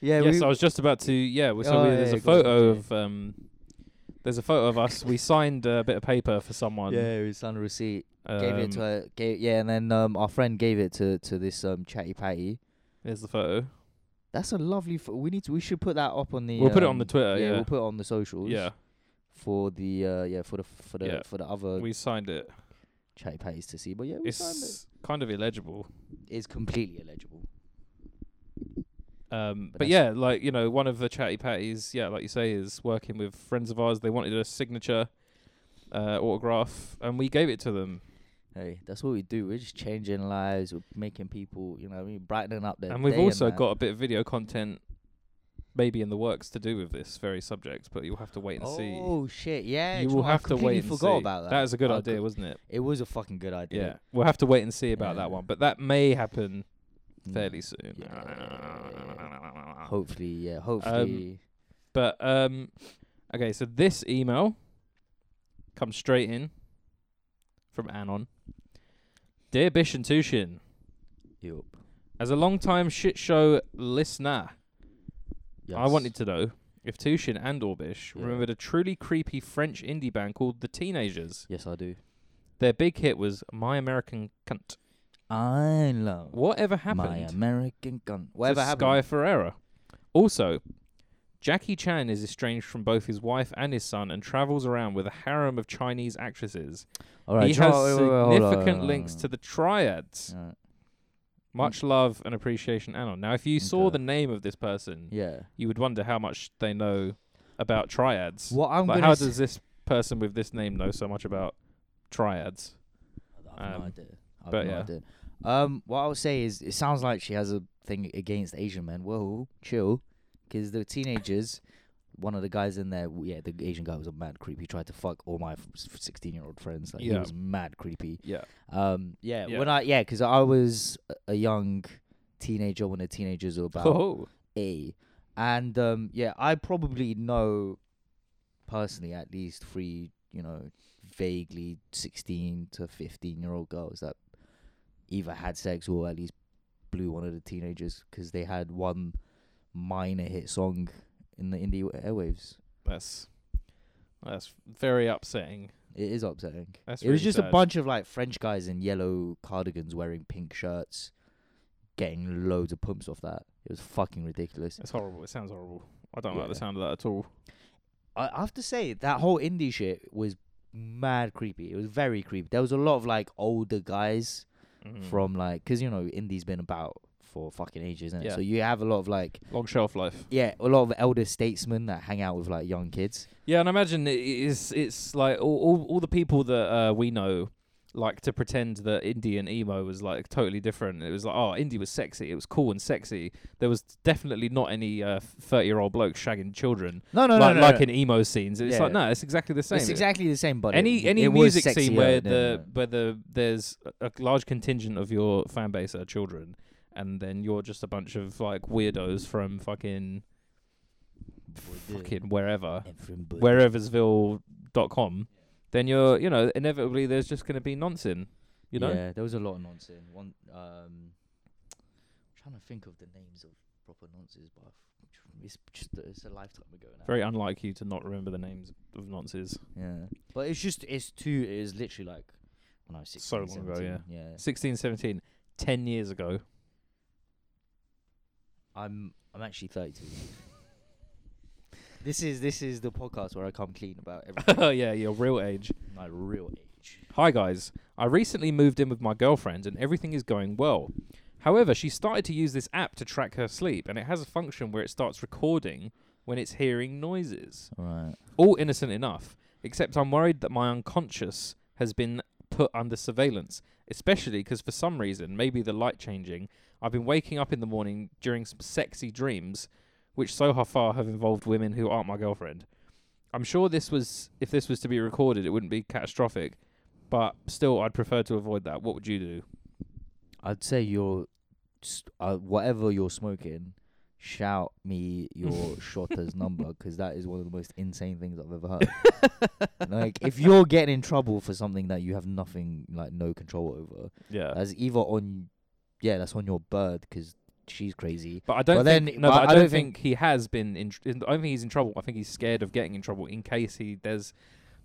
S1: yeah,
S2: yes,
S1: we,
S2: I was just about to. Yeah, well, so
S1: Oh,
S2: we, there's
S1: yeah,
S2: a
S1: go on,
S2: photo
S1: sorry.
S2: of um, there's a photo of us. We signed a bit of paper for someone.
S1: yeah, we signed a receipt,
S2: um,
S1: gave it to her, gave, yeah, and then um, our friend gave it to to this um chatty patty.
S2: There's the photo.
S1: That's a lovely. Pho- we need to. We should put that up on the.
S2: We'll put it on the
S1: um,
S2: Twitter, yeah.
S1: we'll put it on the socials.
S2: Yeah,
S1: For the uh, yeah, for the for the
S2: Yeah.
S1: for the other
S2: we signed it.
S1: chatty patties to see. But yeah, we signed it.
S2: It's kind of illegible.
S1: It's completely illegible.
S2: Um,
S1: But
S2: but
S1: that's-
S2: yeah, like you know, one of the chatty patties, yeah, like you say, is working with friends of ours. They wanted a signature uh, autograph, and we gave it to them,
S1: Hey, that's what we do. We're just changing lives. We're making people, you know, what I mean, brightening up their.
S2: and we've
S1: day
S2: also
S1: that.
S2: got a bit of video content, maybe in the works to do with this very subject. But you'll have to wait and see.
S1: Oh shit! Yeah,
S2: You
S1: do
S2: will
S1: what? I
S2: have to
S1: completely
S2: wait. And
S1: Forgot
S2: see.
S1: about that.
S2: That was a good
S1: I
S2: idea,
S1: co-
S2: wasn't it?
S1: It was a fucking good
S2: Yeah,
S1: idea.
S2: we'll have to wait and see about
S1: Yeah.
S2: that one, but that may happen
S1: Mm.
S2: fairly soon.
S1: Yeah. Hopefully, yeah. Hopefully,
S2: But um, okay, so this email comes straight in from Anon. Dear Bish and Tushin,
S1: Yup.
S2: as a long-time shit show listener, I
S1: Yes.
S2: wanted to know if Tushin and or Bish
S1: Yeah.
S2: remembered a truly creepy French indie band called The Teenagers.
S1: Yes, I do.
S2: Their big hit was My American Cunt.
S1: I love
S2: Whatever happened
S1: my American gun. Whatever
S2: to Sky
S1: happened.
S2: Ferreira. Also, Jackie Chan is estranged from both his wife and his son and travels around with a harem of Chinese actresses.
S1: All right,
S2: he
S1: Char-
S2: has
S1: wait, wait, wait, hold on,
S2: significant
S1: hold on,
S2: links
S1: hold
S2: to the triads.
S1: on. All right.
S2: Much love and appreciation, Anon. Now, if you saw
S1: Okay.
S2: the name of this person,
S1: Yeah.
S2: you would wonder how much they know about triads.
S1: What I'm
S2: Like,
S1: gonna.
S2: how
S1: s-
S2: does this person with this name know so much about triads?
S1: I have
S2: Um,
S1: no idea. I have
S2: but
S1: no
S2: yeah.
S1: idea. Um, what I'll say is, it sounds like she has a thing against Asian men. Whoa, chill, because the teenagers. One of the guys in there, w- yeah, the Asian guy was a mad creep. He tried to fuck all my sixteen-year-old friends. Like, he
S2: Yeah.
S1: was mad creepy.
S2: Yeah.
S1: Um, yeah,
S2: Yeah.
S1: when I yeah, because I was a- a young teenager when the teenagers were about
S2: Oh,
S1: a, and um, yeah, I probably know personally at least three, you know, vaguely sixteen to fifteen year old girls that either had sex or at least blew one of the teenagers because they had one minor hit song in the indie airwaves.
S2: that's that's very upsetting.
S1: It is upsetting.
S2: That's
S1: it was
S2: really
S1: just a
S2: sad.
S1: bunch of like French guys in yellow cardigans wearing pink shirts, getting loads of pumps off that. It was fucking ridiculous.
S2: It's horrible. It sounds horrible. I don't like the
S1: Yeah.
S2: sound of that at all.
S1: I I have to say that whole indie shit was mad creepy. It was very creepy. There was a lot of like older guys
S2: Mm.
S1: from like, cause you know indie's been about for fucking ages, and
S2: Yeah.
S1: so you have a lot of like,
S2: long shelf life.
S1: yeah, a lot of elder statesmen that hang out with like young kids.
S2: Yeah, and I imagine it- it's it's like all all, all the people that uh, we know like to pretend that indie and emo was like totally different. It was like oh, indie was sexy. It was cool and sexy. There was definitely not any thirty year old bloke shagging children
S1: No, no,
S2: like
S1: no, no,
S2: like
S1: no.
S2: in emo scenes. It's
S1: Yeah.
S2: like no, it's exactly the same.
S1: It's exactly the same, but
S2: any
S1: it,
S2: any
S1: it was
S2: music scene
S1: sexier
S2: where
S1: than,
S2: the
S1: uh,
S2: where the there's a a large contingent of your fan base are children, and then you're just a bunch of like weirdos from fucking fucking wherever.
S1: Everybody.
S2: whereversville.com, then you're, you know, inevitably there's just going to be nonsense, you know?
S1: Yeah, there was a lot of nonsense. One, um, I'm trying to think of the names of proper nonsense, but I've- it's just it's a lifetime ago now.
S2: Very unlike you to not remember the names of nonces.
S1: Yeah, but it's just it's too. It is literally like when I was 16,
S2: So long ago,
S1: 17, yeah.
S2: 16, 17, 10 years ago.
S1: I'm I'm actually 32. this is this is the podcast where I come clean about
S2: oh,
S1: everything,
S2: yeah, your real age.
S1: my real age.
S2: Hi, guys. I recently moved in with my girlfriend and everything is going well. However, she started to use this app to track her sleep, and it has a function where it starts recording when it's hearing noises.
S1: Right.
S2: All innocent enough, except I'm worried that my unconscious has been put under surveillance, especially 'cause for some reason, maybe the light changing, I've been waking up in the morning during some sexy dreams, which so ha- far have involved women who aren't my girlfriend. I'm sure this was, if this was to be recorded, it wouldn't be catastrophic, But still, I'd prefer to avoid that. What would you do?
S1: I'd say you're, s uh, whatever you're smoking, shout me your shotter's number 'cause that is one of the most insane things I've ever heard. like, if you're getting in trouble for something that you have nothing, like, no control over,
S2: Yeah.
S1: that's either on, yeah, that's on your bird 'cause she's crazy.
S2: But I don't
S1: Well,
S2: think
S1: then-
S2: no,
S1: but
S2: but I don't, think, he has been in, tr- I don't think he's in trouble. I think he's scared of getting in trouble in case he does.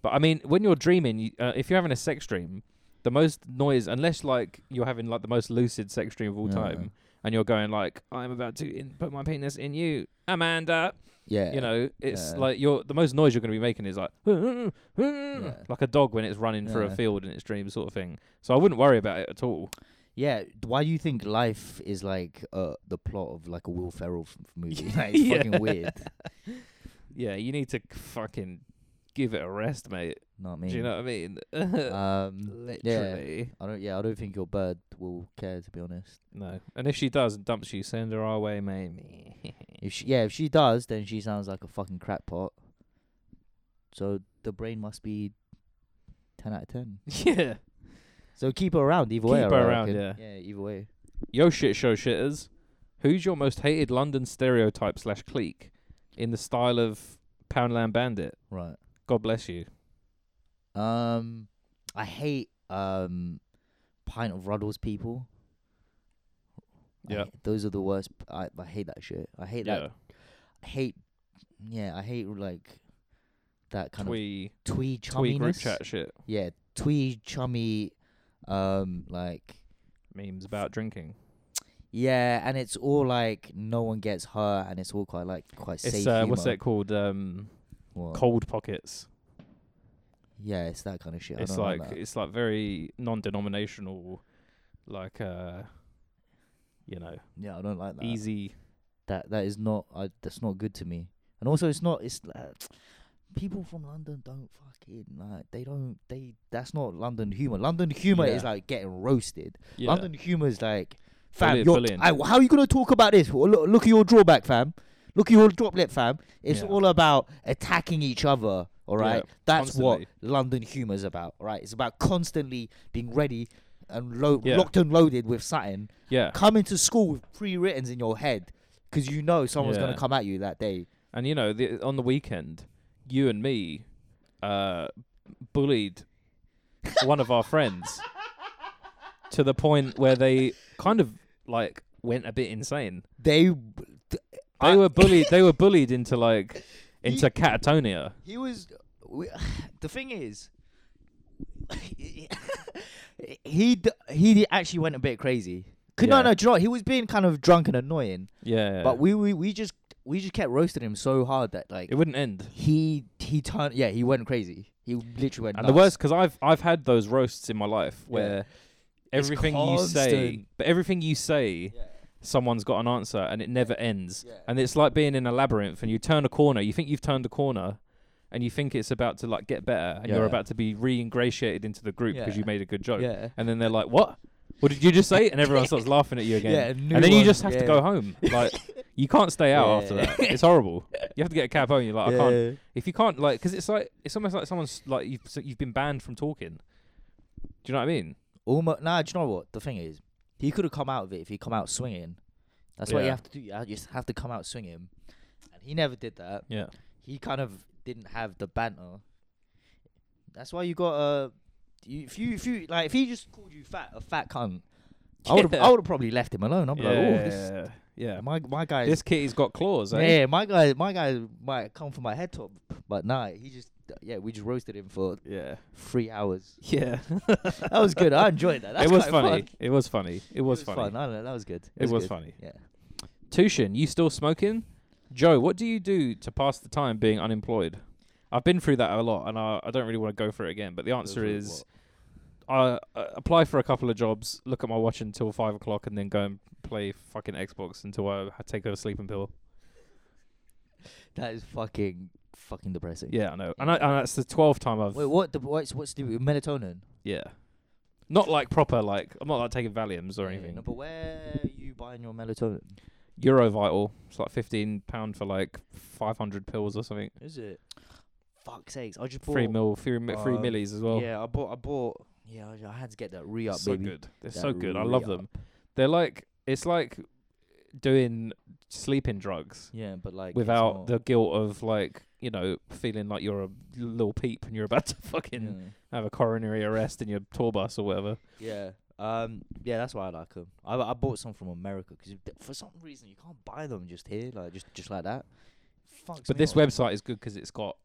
S2: But I mean, when you're dreaming, you, uh, if you're having a sex dream, the most noise, unless like you're having like the most lucid sex dream of all
S1: Yeah.
S2: time, and you're going like, "I'm about to in- put my penis in you, Amanda."
S1: Yeah.
S2: You know, it's
S1: Yeah.
S2: like you're the most noise you're going to be making is like, like a dog when it's running through a
S1: Yeah.
S2: field in its dream, sort of thing. So I wouldn't worry about it at all.
S1: Yeah, d- why do you think life is like uh, the plot of like a Will Ferrell f- movie? Like, it's
S2: Yeah.
S1: fucking weird.
S2: Yeah, you need to c- fucking give it a rest, mate.
S1: Know what I mean?
S2: Do you know uh, what I mean?
S1: Um, yeah,
S2: Literally.
S1: I don't. Yeah, I don't think your bird will care to be honest.
S2: No. And if she does and dumps you, send her our way, mate.
S1: If she, yeah, if she does, then she sounds like a fucking crackpot. So the brain must be ten out of ten.
S2: yeah.
S1: So keep her around either way.
S2: Keep
S1: I
S2: her around,
S1: reckon.
S2: yeah.
S1: Yeah, either way.
S2: Yo shit show shitters. Who's your most hated London stereotype slash clique in the style of Poundland Bandit?
S1: Right.
S2: God bless you.
S1: Um, I hate um, pint of Ruddles people. I
S2: Yeah.
S1: hate- those are the worst. p- I I hate that shit. I hate that. I hate. Yeah, I hate like that kind
S2: Twee,
S1: of twee
S2: twee group
S1: chumminess.
S2: chat shit.
S1: Yeah, twee chummy. Um, like
S2: Memes about drinking.
S1: yeah, and it's all like no one gets hurt, and it's all quite like quite
S2: It's
S1: safe.
S2: uh, what's
S1: humor.
S2: that called? Um,
S1: What?
S2: cold pockets.
S1: Yeah, it's that kind of shit. I
S2: it's
S1: don't
S2: like
S1: that.
S2: it's like very non-denominational, like uh, you know,
S1: yeah, I don't like that.
S2: easy.
S1: That that is not. I, that's not good to me. And also, it's not. It's uh, people from London don't fucking like. They don't. They. That's not London humor. London humor is
S2: Yeah.
S1: like getting roasted.
S2: Yeah.
S1: London humor is like, fam,
S2: Bullying,
S1: you're,
S2: bullying.
S1: I- how are you going to talk about this? Well, look, look at your drawback, fam. Look at your droplet, fam. It's
S2: Yeah.
S1: all about attacking each other, all
S2: Yeah,
S1: right? That's
S2: constantly.
S1: what London humor is about, all right? It's about constantly being ready and lo-
S2: Yeah.
S1: locked and loaded with something.
S2: Yeah.
S1: Coming to school with pre writtens in your head because you know someone's going
S2: Yeah.
S1: to come at you that day.
S2: And you know, the, on the weekend, you and me uh, bullied one of our friends to the point where they kind of like went a bit insane.
S1: They.
S2: They
S1: I-
S2: were bullied. They were bullied into like into catatonia.
S1: He was. We, the thing is, he d- he d- actually went a bit crazy. 'Cause
S2: Yeah.
S1: No, no, do you know what? he was being kind of drunk and annoying.
S2: Yeah.
S1: But we, we we just we just kept roasting him so hard that like
S2: it wouldn't end.
S1: he he turned yeah he went crazy. He literally went.
S2: And the
S1: nuts.
S2: worst, because I've I've had those roasts in my life where everything you say,
S1: constant.
S2: but everything you say,
S1: Yeah.
S2: someone's got an answer, and it never ends.
S1: Yeah.
S2: And it's like being in a labyrinth, and you turn a corner, you think you've turned a corner, and you think it's about to like get better, and you're
S1: Yeah.
S2: about to be re-ingratiated into the group because
S1: Yeah.
S2: you made a good joke.
S1: Yeah.
S2: And then they're like, "What? What did you just say?" And everyone starts laughing at you again.
S1: Yeah, a
S2: and
S1: new
S2: then you
S1: one,
S2: just have to
S1: yeah.
S2: go home. Like you can't stay out after
S1: Yeah.
S2: that. It's horrible. You have to get a cab home. You're like, "I can't."
S1: Yeah.
S2: If you can't, like, because it's like it's almost like someone's like you've so you've been banned from talking. Do you know what I mean?
S1: Almost. Nah, do you know what? The thing is, he could have come out of it if he come out swinging. That's what
S2: Yeah.
S1: you have to do. You just have to come out swinging, and he never did that.
S2: Yeah.
S1: he kind of didn't have the banter. That's why you got a. You, if you if you like if he just called you fat a fat cunt, I would
S2: Yeah.
S1: I would have probably left him alone. I'd be like, oh, this,
S2: yeah.
S1: my my guy,
S2: This
S1: is,
S2: kitty's got claws. Eh?
S1: yeah, my guy, my guy might come for my head top, but nah, he just yeah, we just roasted him for
S2: Yeah.
S1: three hours.
S2: Yeah.
S1: that was good. I enjoyed that. That's
S2: it was
S1: quite
S2: funny.
S1: fun.
S2: It was funny. It was funny.
S1: fun. I don't know. That was good.
S2: It was
S1: good.
S2: funny.
S1: Yeah.
S2: Tushin, you still smoking? Joe, what do you do to pass the time being unemployed? I've been through that a lot, and I, I don't really want to go through it again. But the answer is, I uh, apply for a couple of jobs, look at my watch until five o'clock, and then go and play fucking Xbox until I ha- take a sleeping pill.
S1: that is fucking fucking depressing.
S2: Yeah, I know, and, I, and that's the twelfth time I've
S1: Wait, what? The what's what's the melatonin?
S2: yeah, not like proper like I'm not like taking Valiums or
S1: Yeah,
S2: anything.
S1: No, but where are you buying your melatonin?
S2: Eurovital, it's like fifteen pound for like five hundred pills or something.
S1: Is it? Fuck sakes! I just bought
S2: Three mil, three, mi- three
S1: um,
S2: millis as well.
S1: Yeah, I bought. I bought. Yeah, I- I had to get that re up,
S2: so
S1: baby.
S2: good. They're
S1: That
S2: so good. I love them. They're like it's like doing sleeping drugs
S1: Yeah, but like it's
S2: without
S1: not-
S2: the guilt of like you know feeling like you're a little peep and you're about to fucking
S1: yeah.
S2: have a coronary arrest in your tour bus or whatever.
S1: Yeah. Um. Yeah, that's why I like 'em. I I bought some from America 'cause because for some reason you can't buy them just here, like just just like that. Fucks
S2: But
S1: me
S2: this
S1: up.
S2: website is good 'cause it's got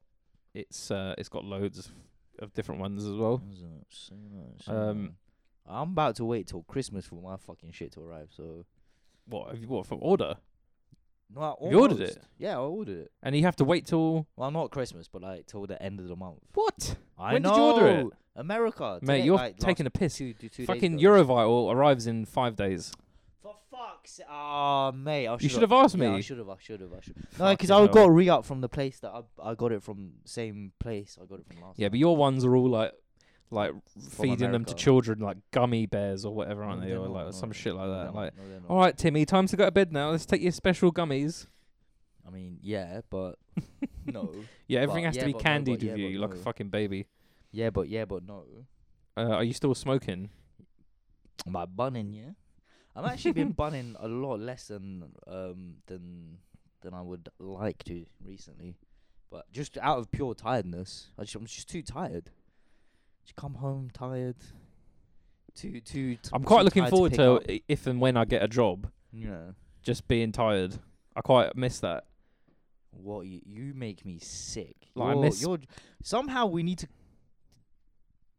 S2: it's uh it's got loads of, of different ones as well.
S1: Isn't it? So much, so
S2: Um,
S1: much. Um, I'm about to wait till Christmas for my fucking shit to arrive. So
S2: What have you what from order?
S1: no, I
S2: You ordered
S1: almost-
S2: it?
S1: Yeah, I ordered it.
S2: And you have to wait till
S1: Well, not Christmas, but like till the end of the month.
S2: what?
S1: I
S2: When
S1: know.
S2: did you order it?
S1: America,
S2: Mate,
S1: today,
S2: you're
S1: like,
S2: taking a
S1: last
S2: piss.
S1: two, two, two days
S2: Fucking
S1: ago.
S2: Eurovital arrives in five days.
S1: For fuck's sake. Oh, mate. I
S2: You
S1: should've-
S2: should have asked me.
S1: Yeah, I should have. I should have. I should. No, because
S2: Fucking
S1: I
S2: hell.
S1: got re up from the place that I I got it from. Same place I got it from last.
S2: Yeah, but your ones are all like, like feeding them to
S1: America.
S2: children, like gummy bears or whatever, aren't
S1: No,
S2: they?
S1: they're
S2: Or
S1: not,
S2: like
S1: no,
S2: some shit like
S1: no,
S2: that.
S1: they're not,
S2: like,
S1: no, they're not.
S2: all right, Timmy, time to go to bed now. Let's take your special gummies.
S1: I mean, yeah, but no.
S2: Yeah, everything
S1: But-
S2: has
S1: yeah,
S2: to be
S1: but no,
S2: candied
S1: but yeah,
S2: with you,
S1: but
S2: like a
S1: no.
S2: fucking baby.
S1: Yeah, but yeah, but no.
S2: Uh, are you still smoking?
S1: My bunning, yeah. I'm actually been bunning a lot less than um than than I would like to recently, but just out of pure tiredness. I just, I'm just too tired. Just come home tired. Too too. t-
S2: I'm
S1: too
S2: quite looking
S1: tired to
S2: forward
S1: pick
S2: to,
S1: up.
S2: i- if and when I get a job,
S1: Yeah.
S2: just being tired. I quite miss that.
S1: What you you make me sick.
S2: Like, I
S1: You're-
S2: miss-
S1: you're- somehow we need to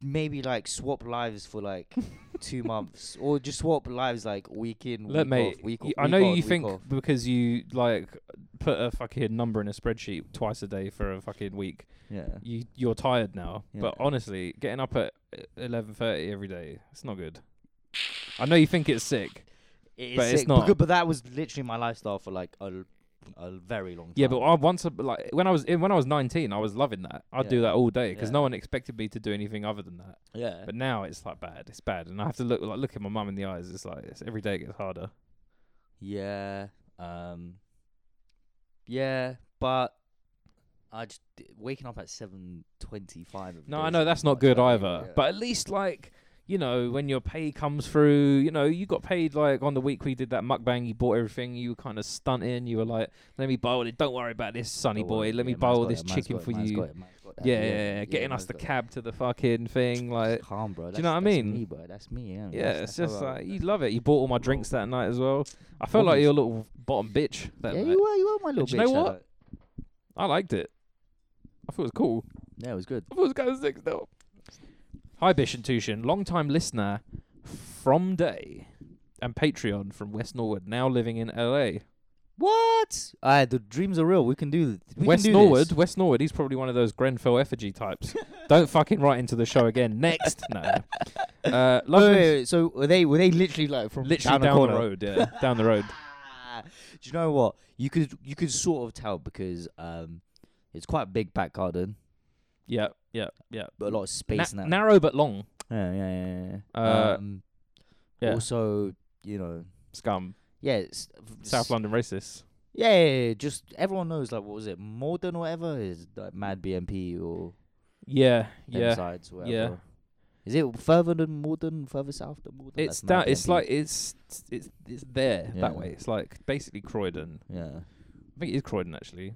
S1: maybe like swap lives for like two months, or just swap lives like week in,
S2: Look,
S1: week
S2: mate,
S1: off, week
S2: y-
S1: off.
S2: I know
S1: week
S2: you
S1: on, week
S2: think
S1: off.
S2: because you like put a fucking number in a spreadsheet twice a day for a fucking week.
S1: yeah,
S2: you you're tired now. But
S1: Yeah.
S2: honestly, getting up at eleven thirty every day, it's not good. I know you think it's sick.
S1: it is
S2: but it's
S1: sick,
S2: not.
S1: becau- But that was literally my lifestyle for like a, l- a very long time.
S2: Yeah, but I once I- like when I was when I was nineteen, I was loving that. I'd do
S1: Yeah.
S2: that all day because
S1: Yeah.
S2: no one expected me to do anything other than that.
S1: yeah,
S2: But now it's like bad. It's bad, and I have to look like look at my mum in the eyes. It's like it's, every day it gets harder.
S1: yeah, um, yeah, but. I just waking up at seven twenty-five. every
S2: No,
S1: day
S2: I
S1: is
S2: know that's not
S1: much
S2: good
S1: better,
S2: either.
S1: yeah.
S2: But at least like. You know, when your pay comes through, you know, you got paid like on the week we did that mukbang, you bought everything, you were kind of stunting, you were like, let me boil it, don't worry about this, sonny
S1: Don't
S2: boy,
S1: worry,
S2: let me
S1: yeah, man's
S2: boil
S1: got
S2: this
S1: it, man's
S2: chicken
S1: got it,
S2: for
S1: man's
S2: you.
S1: got it, man's got that,
S2: yeah, yeah, yeah, getting us
S1: man's
S2: the
S1: got it.
S2: cab to the fucking thing, like,
S1: It's calm, bro.
S2: do you know
S1: That's-
S2: what I
S1: that's
S2: mean?
S1: Me, bro. That's me. Yeah,
S2: yeah,
S1: That's-
S2: it's
S1: that's
S2: just
S1: how I-
S2: like you love it. You bought all my drinks that night as well. I felt like
S1: Obvious.
S2: your little bottom bitch that
S1: yeah,
S2: night.
S1: you were, you were my little
S2: do you
S1: bitch.
S2: know
S1: that
S2: what?
S1: night.
S2: I liked it. I thought it was cool.
S1: Yeah, it was good.
S2: I thought it was kind of sick though. Hi, Bish and Tushin, long-time listener from Day and Patreon from West Norwood, now living in LA.
S1: What? Ah, the dreams are real. We can do. th- We
S2: West
S1: can do
S2: Norwood,
S1: This.
S2: West Norwood. He's probably one of those Grenfell effigy types. Don't fucking write into the show again. Next, no. Uh,
S1: Wait,
S2: lovely,
S1: wait, wait, So were they were they literally like from
S2: literally down,
S1: down, Ah,
S2: the road. Yeah, down the road.
S1: do you know what? You could you could sort of tell because um, it's quite a big back garden,
S2: Yeah, yeah, yeah.
S1: but a lot of space
S2: Na-
S1: now.
S2: Narrow but long.
S1: yeah, yeah, yeah. yeah.
S2: Uh,
S1: um,
S2: yeah.
S1: Also, you know,
S2: Scum.
S1: yeah, it's,
S2: South London racists.
S1: Yeah, yeah, yeah, just everyone knows like what was it, Morden or whatever is like Mad BMP or
S2: Yeah, Mm. yeah.
S1: yeah, sides whatever. Is it further than Morden, further south than Morden?
S2: It's
S1: That's Mad
S2: down. It's
S1: BMP.
S2: like it's it's it's there
S1: Yeah.
S2: that way. It's like basically Croydon.
S1: yeah,
S2: I think it is Croydon actually.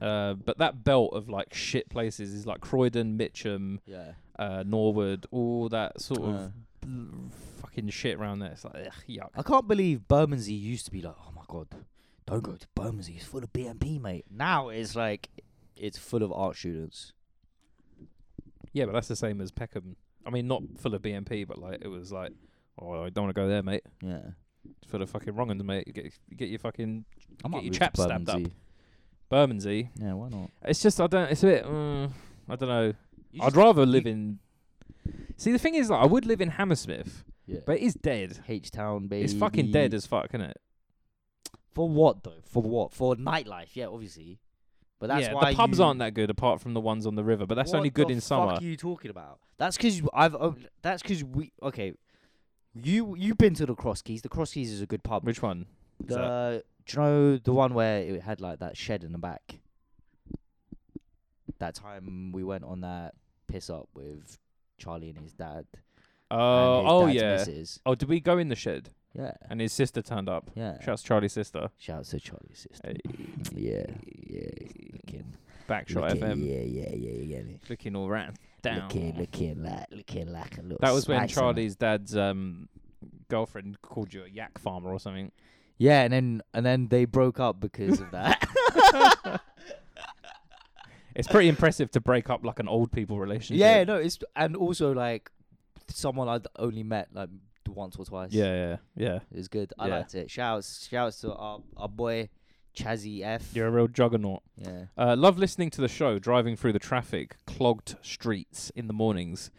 S2: Uh, but that belt of like shit places is like Croydon, Mitcham,
S1: yeah,
S2: uh, Norwood, all that sort of
S1: Uh.
S2: bl- fucking shit around there. It's like ugh, yuck.
S1: I can't believe Bermondsey used to be like, oh my god, don't go to Bermondsey, it's full of BMP, mate. Now it's like it's full of art students.
S2: Yeah, but that's the same as Peckham. I mean, not full of BMP, but like it was like, oh, I don't want to go there, mate.
S1: Yeah,
S2: It's full of fucking wrong end, mate. You get you get your fucking
S1: I
S2: Get
S1: might
S2: your
S1: move to
S2: chaps stabbed up.
S1: Bermondsey.
S2: Bermondsey.
S1: Yeah, why not?
S2: It's just I don't. It's a bit. Mm, I don't know.
S1: You
S2: I'd
S1: just-
S2: rather live in. See, the thing is, like, I would live in Hammersmith,
S1: yeah.
S2: but it is dead.
S1: H Town, baby.
S2: It's fucking dead as fuck, isn't it?
S1: for what though? For what? For nightlife? Yeah, obviously. But that's
S2: yeah,
S1: why
S2: the pubs
S1: you-
S2: aren't that good apart from the ones on the river, but that's
S1: What
S2: only good
S1: the
S2: in summer.
S1: Fuck are you talking about? That's because I've. Oh, that's because we. Okay, you you've been to the Cross Keys. The Cross Keys is a good pub.
S2: Which one? is that?
S1: The do you know the one where it had like that shed in the back? That time we went on that piss up with Charlie and his dad.
S2: Oh,
S1: and his
S2: oh
S1: dad's
S2: yeah.
S1: missus.
S2: Oh, did we go in the shed?
S1: Yeah.
S2: And his sister turned up.
S1: Yeah.
S2: Shouts Charlie's sister.
S1: Shouts to Charlie's sister.
S2: Hey.
S1: Yeah. Yeah. Looking.
S2: Backshot
S1: looking-
S2: FM.
S1: Yeah, yeah, yeah, you get me.
S2: Looking all round. Down.
S1: Looking, looking like, looking like a little.
S2: That was when
S1: spice on it.
S2: Charlie's dad's um, girlfriend called you a yak farmer or something.
S1: Yeah, and then and then they broke up because of that.
S2: It's pretty impressive to break up like an old people relationship.
S1: yeah, no, it's and also like someone I'd only met like once or twice.
S2: Yeah, yeah, yeah.
S1: It was good. I
S2: Yeah.
S1: liked it. Shouts, shouts to our, our boy Chazzy F.
S2: You're a real juggernaut.
S1: yeah.
S2: Uh, love listening to the show, driving through the traffic, clogged streets in the mornings.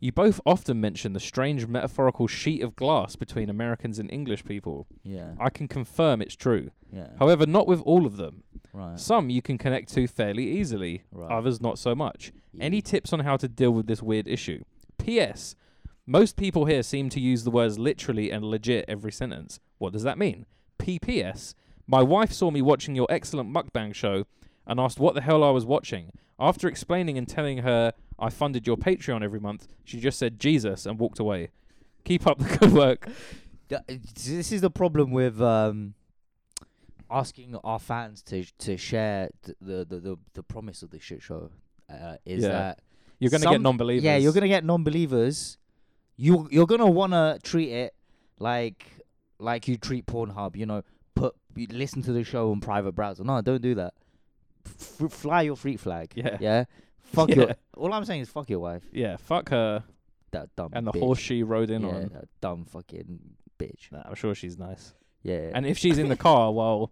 S2: You both often mention the strange metaphorical sheet of glass between Americans and English people.
S1: Yeah.
S2: I can confirm it's true.
S1: Yeah.
S2: However, not with all of them.
S1: Right.
S2: Some you can connect to fairly easily,
S1: Right.
S2: others not so much.
S1: Yeah.
S2: Any tips on how to deal with this weird issue? P.S. Most people here seem to use the words literally and legit every sentence. What does that mean? P.P.S. My wife saw me watching your excellent mukbang show and asked what the hell I was watching. After explaining and telling her I funded your Patreon every month, she just said Jesus and walked away. Keep up the good work.
S1: Th- it's- this is the problem with um asking our fans to to share th- the the the, the promise of the shit show. Uh, is
S2: Yeah.
S1: that
S2: You're going to
S1: Some-
S2: get non-believers.
S1: yeah, you're gonna get non-believers. You you're gonna wanna treat it like like you treat Pornhub. You know, put you listen to the show on private browser. No, don't do that. F- fly your freak flag.
S2: Yeah.
S1: yeah. Fuck
S2: Yeah.
S1: your. All I'm saying is fuck your wife.
S2: Yeah, fuck her
S1: That dumb
S2: and the
S1: bitch.
S2: horse she rode in
S1: yeah,
S2: on.
S1: that dumb fucking bitch.
S2: Nah, I'm sure she's nice.
S1: Yeah.
S2: And if she's in the car, well,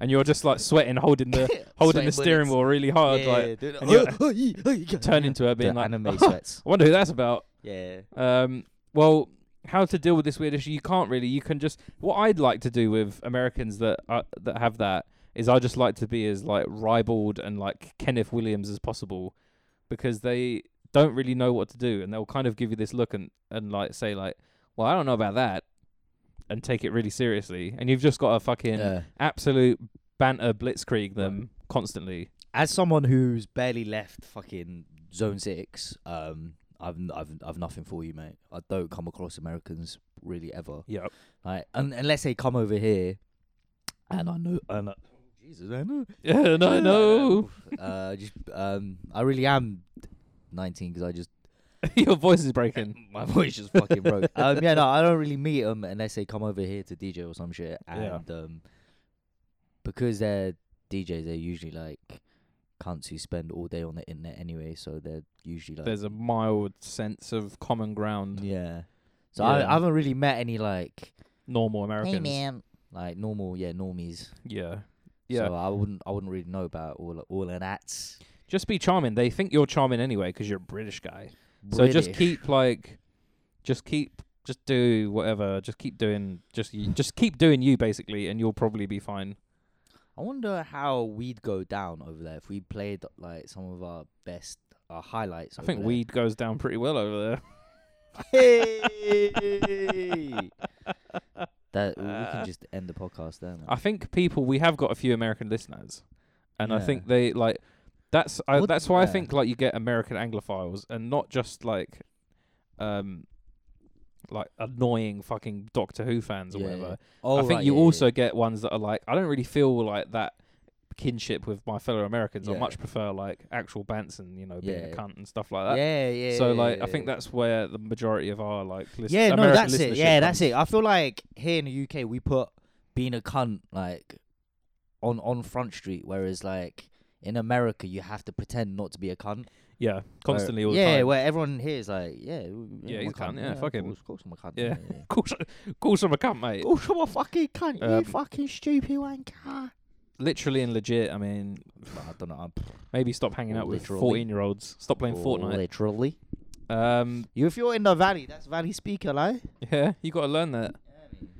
S2: and you're just like sweating, holding the holding the
S1: Sweating
S2: steering
S1: bullets.
S2: wheel really hard,
S1: yeah,
S2: like
S1: dude.
S2: and you're-
S1: Oh, yeah, oh, yeah.
S2: turn into her being
S1: the
S2: like, "Oh,
S1: anime sweats.
S2: I wonder who that's about.
S1: Yeah.
S2: Um, well, how to deal with this weird issue? You can't really. You can just. What I'd like to do with Americans that uh, that have that is I just like to be as like ribald and like Kenneth Williams as possible, because they don't really know what to do, and they'll kind of give you this look and and like say like, well, I don't know about that, and take it really seriously, and you've just got to fucking
S1: yeah.
S2: absolute banter blitzkrieg them constantly.
S1: as someone who's barely left fucking zone six, um, I've n- I've I've nothing for you, mate. I don't come across Americans really ever.
S2: Yep.
S1: Like un- unless they come over here, and I know and I, Jesus, I know.
S2: Yeah, no, no.
S1: Uh, just um, I really am nineteen because I just
S2: Your voice is breaking.
S1: my voice just fucking broke. Um, yeah, no, I don't really meet them unless they come over here to DJ or some shit,
S2: Yeah.
S1: and um, because they're DJs, they're usually like cunts who spend all day on the internet anyway, so they're usually like
S2: There's a mild sense of common ground.
S1: yeah. So I,
S2: Yeah.
S1: I haven't really met any like
S2: Normal Americans.
S1: hey man like normal yeah normies.
S2: Yeah. Yeah.
S1: So I wouldn't I wouldn't really know about all all of that.
S2: Just be charming. They think you're charming anyway because you're a British guy. So just
S1: British.
S2: keep like, just keep, just do whatever. Just keep doing, just you, just keep doing you basically, and you'll probably be fine.
S1: I wonder how we'd go down over there if we played like some of our best our highlights.
S2: I
S1: over
S2: think
S1: there.
S2: weed goes down pretty well over there.
S1: Hey! that we
S2: Uh,
S1: can just end the podcast there. man.
S2: I think people we have got a few American listeners, and I
S1: Yeah.
S2: think they like that's I,
S1: What-
S2: that's why I
S1: yeah.
S2: think like you get American Anglophiles and not just like, um, like annoying fucking Doctor Who fans or
S1: Yeah,
S2: whatever.
S1: Oh,
S2: I think
S1: right,
S2: you
S1: yeah,
S2: also
S1: yeah.
S2: get ones that are like I don't really feel like that kinship with my fellow Americans. I
S1: Yeah.
S2: much prefer like actual Banson, you know, being
S1: Yeah.
S2: a cunt and stuff like that.
S1: yeah, yeah.
S2: so
S1: yeah,
S2: like
S1: yeah,
S2: I think
S1: yeah.
S2: that's where the majority of our like list-
S1: yeah, no,
S2: American
S1: that's it. Yeah,
S2: listenership
S1: that's
S2: comes.
S1: it. I feel like here in the UK we put being a cunt like on on front street, whereas like in America you have to pretend not to be a cunt.
S2: Yeah,
S1: Where-
S2: constantly all the
S1: yeah,
S2: time.
S1: where everyone here is like, yeah,
S2: Yeah,
S1: I'm
S2: he's a cunt, yeah, fuck
S1: of
S2: him.
S1: course- Of course, I'm a cunt.
S2: Yeah.
S1: yeah.
S2: Call some- call some a cunt, mate.
S1: Of course, I'm a fucking cunt.
S2: Um,
S1: you fucking stupid wanker.
S2: Literally and legit. I mean,
S1: But I don't know. I'm
S2: maybe stop hanging out with
S1: Literally.
S2: fourteen-year-olds. Stop playing Fortnite.
S1: Literally.
S2: Um,
S1: You, if you're in the valley, that's valley speak, hello.
S2: yeah, you got to learn that.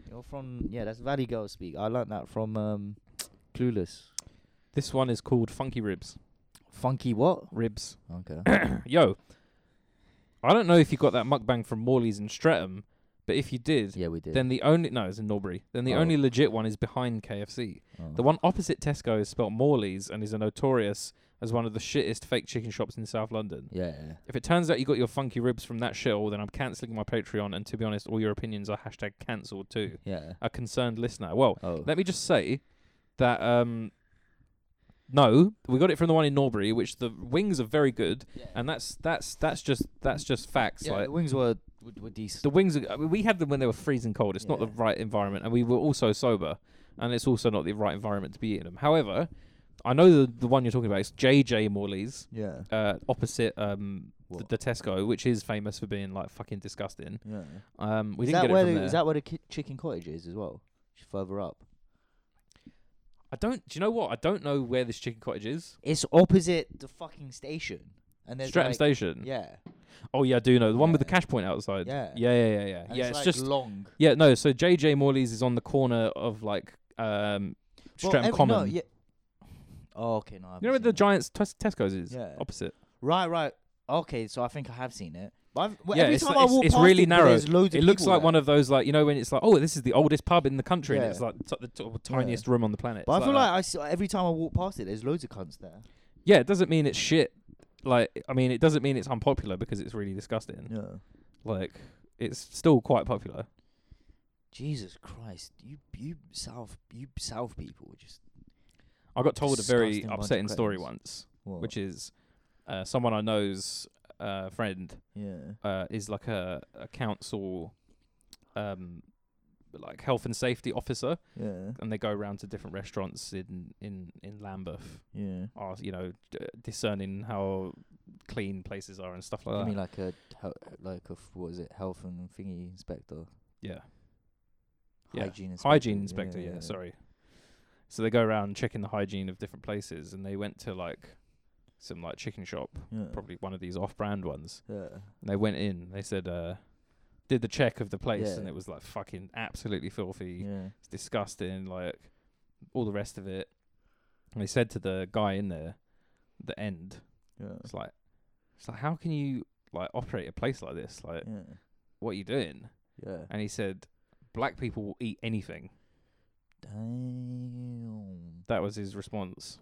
S1: You're from yeah, that's valley girl speak. I learnt that from um, Clueless.
S2: This one is called Funky Ribs.
S1: Funky what?
S2: Ribs.
S1: Okay.
S2: Yo, I don't know if you got that mukbang from Morley's in Streatham, But if you did,
S1: Yeah, we did.
S2: then the only no, it's in Norbury. Then the
S1: Oh.
S2: only legit one is behind KFC.
S1: Oh.
S2: The one opposite Tesco is spelt Morley's and is a notorious as one of the shittest fake chicken shops in South London.
S1: Yeah, yeah.
S2: If it turns out you got your funky ribs from that shithole, then I'm cancelling my Patreon. And to be honest, all your opinions are hashtag cancelled too.
S1: yeah.
S2: A concerned listener. Well,
S1: Oh.
S2: let me just say that um no, we got it from the one in Norbury, which the wings are very good, and that's that's that's just that's just facts.
S1: yeah,
S2: like
S1: the wings were were, were decent.
S2: the wings, are, I mean, we had them when they were freezing cold. It's not the
S1: Yeah.
S2: right environment, and we were also sober, and it's also not the right environment to be eating them. However, I know the the one you're talking about is JJ Morley's,
S1: Yeah.
S2: uh, opposite um the,
S1: What?
S2: the Tesco, which is famous for being like fucking disgusting.
S1: Yeah.
S2: Um, we
S1: is
S2: didn't
S1: that
S2: get
S1: where
S2: it from
S1: the,
S2: there.
S1: is that where the ki- chicken cottage is as well? Just Further up.
S2: I don't. Do you know what? I don't know where this chicken cottage is.
S1: It's opposite the fucking station. And there's
S2: Streatham
S1: like,
S2: Station.
S1: Yeah.
S2: Oh yeah, I do know the one with the
S1: Yeah.
S2: cash point outside.
S1: Yeah.
S2: yeah, yeah, yeah, yeah.
S1: And
S2: yeah it's
S1: it's, like
S2: just
S1: long.
S2: yeah, no. So JJ Morley's is on the corner of like um
S1: Well,
S2: Streatham
S1: every-
S2: Common.
S1: No, yeah. Oh, okay, no. I
S2: You
S1: haven't
S2: know where
S1: seen
S2: the
S1: it.
S2: Giants tes- Tesco's is?
S1: Yeah.
S2: Opposite.
S1: Right, right. Okay, so I think I have seen it. But I've, well,
S2: Yeah,
S1: every
S2: it's
S1: time
S2: like-
S1: I
S2: it's-
S1: walk
S2: it's
S1: past
S2: really
S1: it, but
S2: narrow.
S1: There's loads
S2: It
S1: of
S2: looks
S1: people
S2: like
S1: there.
S2: one of those like you know when it's like oh this is the oldest pub in the country and
S1: Yeah.
S2: it's like t- the t- tiniest room on the planet.
S1: But
S2: It's
S1: I feel
S2: that.
S1: like I see, every time I walk past it, there's loads of cunts there.
S2: yeah, it doesn't mean it's shit. Like I mean, it doesn't mean it's unpopular because it's really disgusting.
S1: No.
S2: Like it's still quite popular.
S1: Jesus Christ, you you South you South people are just
S2: I got told a very
S1: Disgusting bunch of
S2: upsetting story
S1: cretins.
S2: once,
S1: what?
S2: which is uh, someone I know's uh, friend
S1: yeah
S2: uh, is like a, a council, um, like health and safety officer,
S1: yeah
S2: and they go around to different restaurants in in in Lambeth,
S1: yeah.
S2: are you know d- discerning how clean places are and stuff like
S1: I
S2: that.
S1: mean, like a he- like a f- what is it? Health and thingy inspector,
S2: yeah, Yeah.
S1: hygiene inspector.
S2: hygiene inspector. Yeah, sorry. So they go around checking the hygiene of different places, and they went to like some like chicken shop,
S1: Yeah.
S2: probably one of these off-brand ones.
S1: Yeah.
S2: And they went in. They said. uh did the check of the place
S1: Yeah.
S2: and it was like fucking absolutely filthy.
S1: Yeah.
S2: it's disgusting, like all the rest of it. And they said to the guy in there, the end,
S1: Yeah.
S2: it's like, it's like, how can you like operate a place like this? Like,
S1: Yeah.
S2: what are you doing?
S1: Yeah.
S2: And he said, black people will eat anything.
S1: Damn.
S2: That was his response,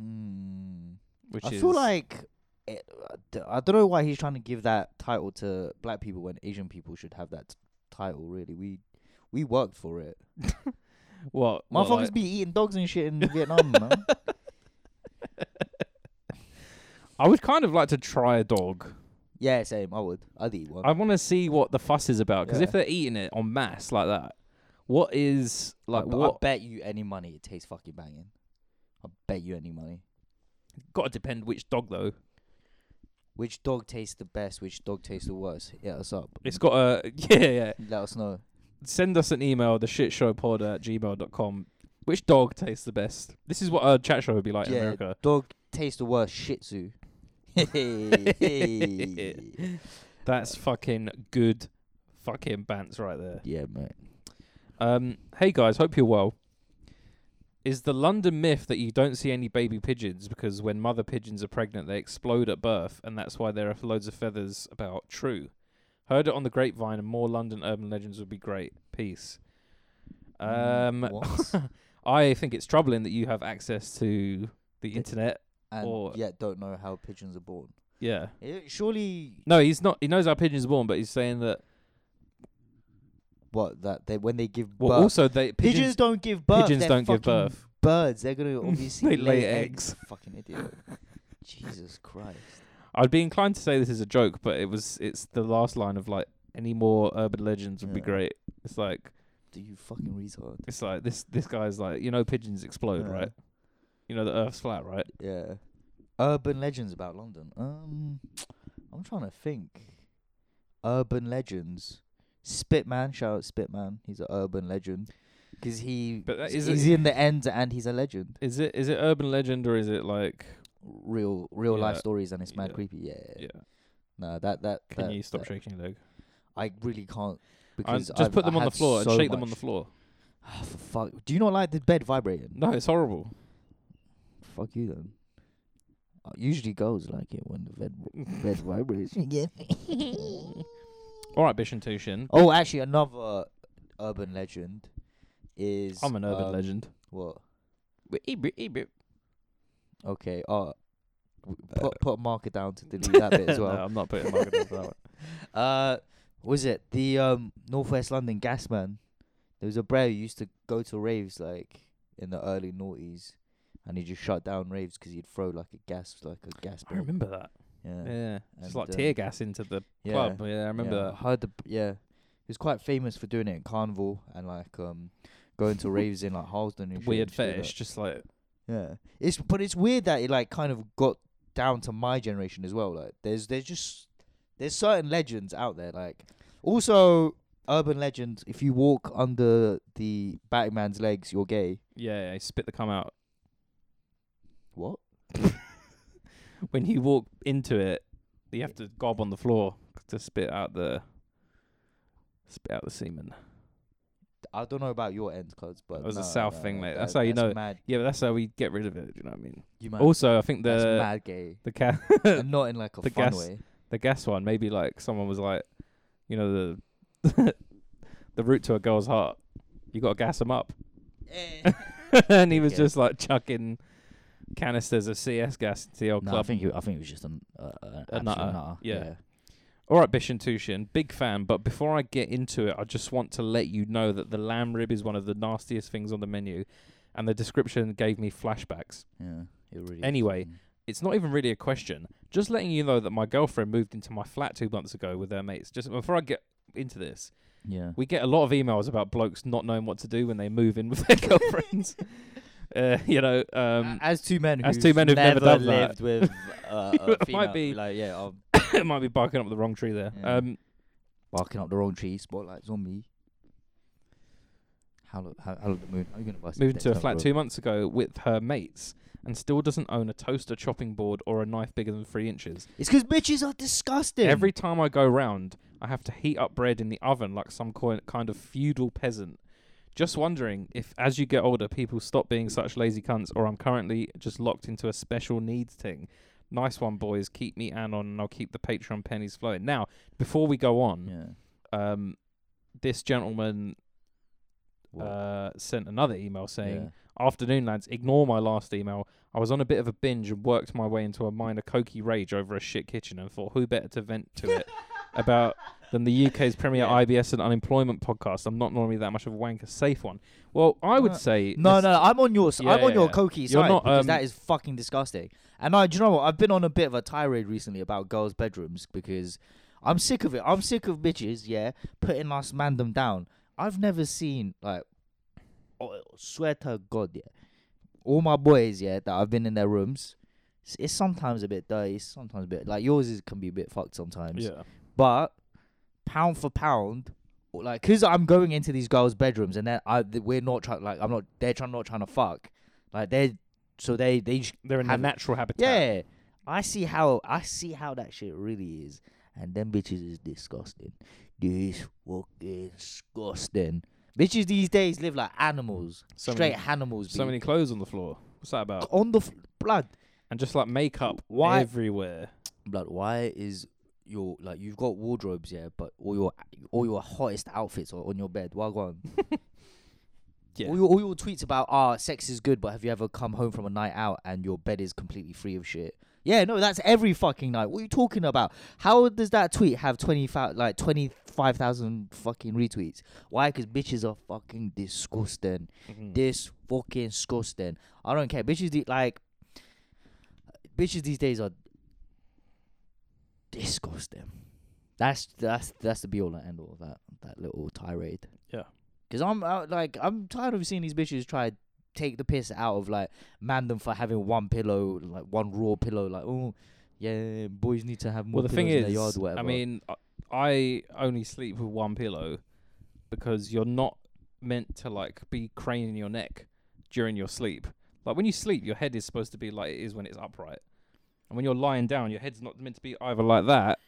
S1: Hmm.
S2: which
S1: I
S2: is
S1: feel like it, I d- I don't know why he's trying to give that title to black people when Asian people should have that t- title. Really, we we worked for it.
S2: what what,
S1: Motherfuckers
S2: like-
S1: be eating dogs and shit in Vietnam, man.
S2: I would kind of like to try a dog.
S1: Yeah, same. I would. I'd eat one.
S2: I want to see what the fuss is about because
S1: Yeah.
S2: if they're eating it en masse like that, what is like
S1: I,
S2: what?
S1: I bet you any money it tastes fucking banging. I bet you any money.
S2: Got to depend which dog though.
S1: Which dog tastes the best? Which dog tastes the worst? Hit us up.
S2: It's got a yeah yeah.
S1: Let us know.
S2: send us an email, the shitshowpod at gmail.com. Which dog tastes the best? This is what a chat show would be like in
S1: Yeah.
S2: America.
S1: Dog tastes the worst. Shih Tzu. yeah,
S2: That's fucking good fucking bants right there.
S1: mate.
S2: Um, hey guys, hope you're well. Is the London myth that you don't see any baby pigeons because when mother pigeons are pregnant they explode at birth and that's why there are loads of feathers about true? Heard it on the grapevine and more London urban legends would be great. Peace. Um,
S1: Mm, what?
S2: I think it's troubling that you have access to the internet.
S1: and
S2: Or-
S1: yet don't know how pigeons are born.
S2: Yeah.
S1: Eh, surely,
S2: No, he's not. He knows our pigeons are born, but he's saying that.
S1: what that they when they give
S2: Well,
S1: birth,
S2: also they
S1: pigeons,
S2: pigeons
S1: don't give birth.
S2: pigeons
S1: they're
S2: don't give
S1: fucking
S2: birth.
S1: Birds, they're gonna obviously
S2: They lay
S1: Fucking idiot. Jesus Christ.
S2: I'd be inclined to say this is a joke, but it was. It's the last line of like any more urban legends would be
S1: Yeah.
S2: great. It's like
S1: Do you fucking retard?
S2: it's like this. This guy's like you know pigeons explode
S1: Yeah.
S2: right. You know the Earth's flat right.
S1: Yeah. Urban legends about London. Um, I'm trying to think. Urban legends. Spitman, shout out Spitman. He's an urban legend. 'Cause he
S2: But that
S1: is
S2: isn't-
S1: he's in the end and he's a legend.
S2: Is it is it urban legend or is it like
S1: Real real life
S2: Yeah.
S1: stories and it's mad
S2: Yeah.
S1: creepy. Yeah.
S2: yeah?
S1: No, that that.
S2: Can
S1: that-
S2: you stop
S1: that-
S2: shaking your leg?
S1: I really can't
S2: Um,
S1: because
S2: just
S1: I've-
S2: put them
S1: I
S2: on the
S1: had
S2: floor
S1: so
S2: and shake them on the
S1: much-
S2: floor.
S1: Ah, for fuck. Do you not like the bed vibrating?
S2: No, it's horrible.
S1: Fuck you then. Uh, usually girls like it when the bed bed vibrates. You get me?
S2: All right, Bish and Tushin.
S1: Oh, actually, another urban legend is.
S2: I'm an urban
S1: um,
S2: legend.
S1: What?
S2: Put,
S1: Okay. Uh, w- put put a marker down to delete that bit as
S2: Uh, no,
S1: well.
S2: I'm not putting Margaret down for that one.
S1: Uh, was it the um Northwest London gas man? There was a bro who used to go to raves like in the early noughties, and he just shut down raves 'cause he'd throw like a gas like a gas
S2: I
S1: bomb.
S2: remember that.
S1: Yeah.
S2: Yeah, just
S1: And,
S2: like
S1: uh,
S2: tear gas into the
S1: yeah,
S2: club. Yeah, I remember
S1: yeah,
S2: that.
S1: I Heard the yeah. He was quite famous for doing it in Carnival and like um going to raves in like Harlesden and shit
S2: weird
S1: and shit like
S2: fetish, just like
S1: Yeah, it's but it's weird that it like kind of got down to my generation as well. Like, there's there's just there's certain legends out there. Like, also urban legend: if you walk under the Batman's legs, you're gay.
S2: yeah, yeah, spit the cum out.
S1: What?
S2: When you walk into it, you have to gob on the floor to spit out the spit out the semen.
S1: I don't know about your end cards, but
S2: That was a
S1: no,
S2: South
S1: no,
S2: thing,
S1: no,
S2: mate.
S1: that-
S2: That's how you know.
S1: Mad.
S2: Yeah, but that's how we get rid of it. You know what I mean?
S1: You mad.
S2: Also, I think
S1: that's
S2: the
S1: mad gay.
S2: the gas
S1: and not in like a
S2: the
S1: fun
S2: gas-
S1: way.
S2: the gas one. Maybe like someone was like, you know, the the route to a girl's heart. You got to gas 'em up,
S1: Eh.
S2: and he was
S1: Okay.
S2: just like chucking canisters of CS gas into the old
S1: no, I
S2: club.
S1: think it, I think it was just an, uh, uh,
S2: A nutter,
S1: a nutter. nutter.
S2: yeah. All right, Bish and Tushin, big fan, but before I get into it, I just want to let you know that the lamb rib is one of the nastiest things on the menu, and the description gave me flashbacks.
S1: yeah, It really is.
S2: Anyway,
S1: Mm.
S2: It's not even really a question, just letting you know that my girlfriend moved into my flat two months ago with her mates. Just before I get into this,
S1: yeah.
S2: we get a lot of emails about blokes not knowing what to do when they move in with their girlfriends. Uh, you know, um,
S1: A- as two men,
S2: as
S1: who've
S2: two men who've never done that.
S1: lived with uh,
S2: It might
S1: a female,
S2: be-
S1: like yeah, I'm
S2: it might be barking up the wrong tree there.
S1: Yeah.
S2: Um,
S1: barking up the wrong tree, spotlight zombie. How look, how, how look the moon? Are you gonna bust
S2: moved into a flat two months ago with her mates and still doesn't own a toaster chopping board or a knife bigger than three inches.
S1: It's 'cause bitches are disgusting.
S2: Every time I go round, I have to heat up bread in the oven like some coi- kind of feudal peasant. Just wondering if, as you get older, people stop being such lazy cunts, or I'm currently just locked into a special needs thing. Nice one, boys. Keep me an on, and I'll keep the Patreon pennies flowing. Now, before we go on,
S1: yeah.
S2: um, this gentleman
S1: What?
S2: uh, sent another email saying,
S1: yeah.
S2: Afternoon, lads. Ignore my last email. I was on a bit of a binge and worked my way into a minor cokey rage over a shit kitchen and thought who better to vent to it about than the UK's premier
S1: Yeah.
S2: IBS and unemployment podcast. I'm not normally that much of a wanker safe one. Well, I would
S1: Uh,
S2: say
S1: No,
S2: this-
S1: no, I'm on your. si I'm on
S2: Yeah,
S1: your
S2: yeah.
S1: cokey
S2: You're
S1: side
S2: not,
S1: because
S2: um,
S1: that is fucking disgusting. And I, do you know what? I've been on a bit of a tirade recently about girls' bedrooms because I'm sick of it. I'm sick of bitches, yeah, putting us mandem down. I've never seen like, oh, swear to God, yeah, all my boys, yeah, that I've been in their rooms. It's, it's sometimes a bit dirty. It's sometimes a bit like yours is can be a bit fucked sometimes.
S2: Yeah.
S1: But pound for pound, or, like, cause I'm going into these girls' bedrooms and then I, th- we're not trying, like, I'm not, they're trying, not trying to fuck, like, they're, so they, they, sh-
S2: They're in their
S1: Have-
S2: natural habitat.
S1: yeah, I see how, I see how that shit really is, and them bitches is disgusting, this fucking disgusting. Bitches these days live like animals,
S2: So
S1: straight
S2: many-
S1: animals.
S2: So
S1: B.
S2: many clothes on the floor. What's that about?
S1: on the f- blood,
S2: And just like makeup
S1: Why-
S2: everywhere.
S1: blood. Why is your like you've got wardrobes, yeah, but all your all your hottest outfits are on your bed. Why go on?
S2: Yeah.
S1: All your, all your tweets about ah sex is good, but have you ever come home from a night out and your bed is completely free of shit? Yeah, no, that's every fucking night. What are you talking about? How does that tweet have twenty five like twenty five thousand fucking retweets? Why? Because bitches are fucking disgusting
S2: Mhm.
S1: this fucking disgusting. I don't care. Bitches de- like bitches these days are disgusting. That's that's that's the be all and end all of that that little tirade.
S2: Yeah.
S1: Cause I'm out, like I'm tired of seeing these bitches try to take the piss out of like man them for having one pillow like one raw pillow like oh yeah boys need to have more
S2: Well, the
S1: pillows
S2: thing
S1: in their
S2: is,
S1: yard or whatever.
S2: I mean, I- I only sleep with one pillow because you're not meant to like be craning your neck during your sleep. Like when you sleep, your head is supposed to be like it is when it's upright, and when you're lying down, your head's not meant to be either like that,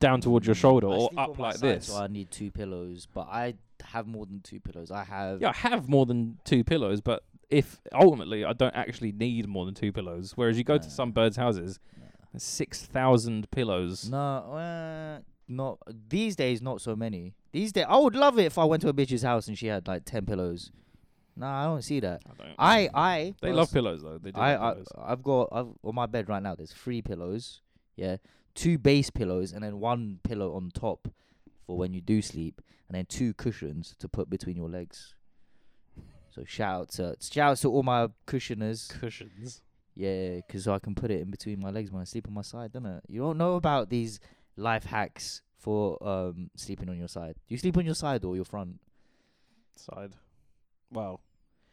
S2: down towards your shoulder,
S1: Mm. I
S2: or
S1: sleep on
S2: up
S1: my
S2: like
S1: side,
S2: this.
S1: So I need two pillows, but I have more than two pillows. I have
S2: yeah, I have more than two pillows, but if ultimately I don't actually need more than two pillows, whereas you go
S1: Nah.
S2: to some birds' houses,
S1: Nah.
S2: there's six thousand pillows.
S1: No, uh, not these days. Not so many these days. I would love it if I went to a bitch's house and she had like ten pillows. Nah, I don't see that.
S2: I don't.
S1: I I
S2: They love pillows though. They do.
S1: I,
S2: love
S1: I
S2: pillows.
S1: I've got I've, on my bed right now. There's three pillows, yeah, two base pillows, and then one pillow on top for when you do sleep, and then two cushions to put between your legs. So shout out to shout out to all my cushioners,
S2: cushions.
S1: yeah, 'cause I can put it in between my legs when I sleep on my side, don't it? You don't know about these life hacks for um sleeping on your side. Do you sleep on your side or your front,
S2: Side. Wow.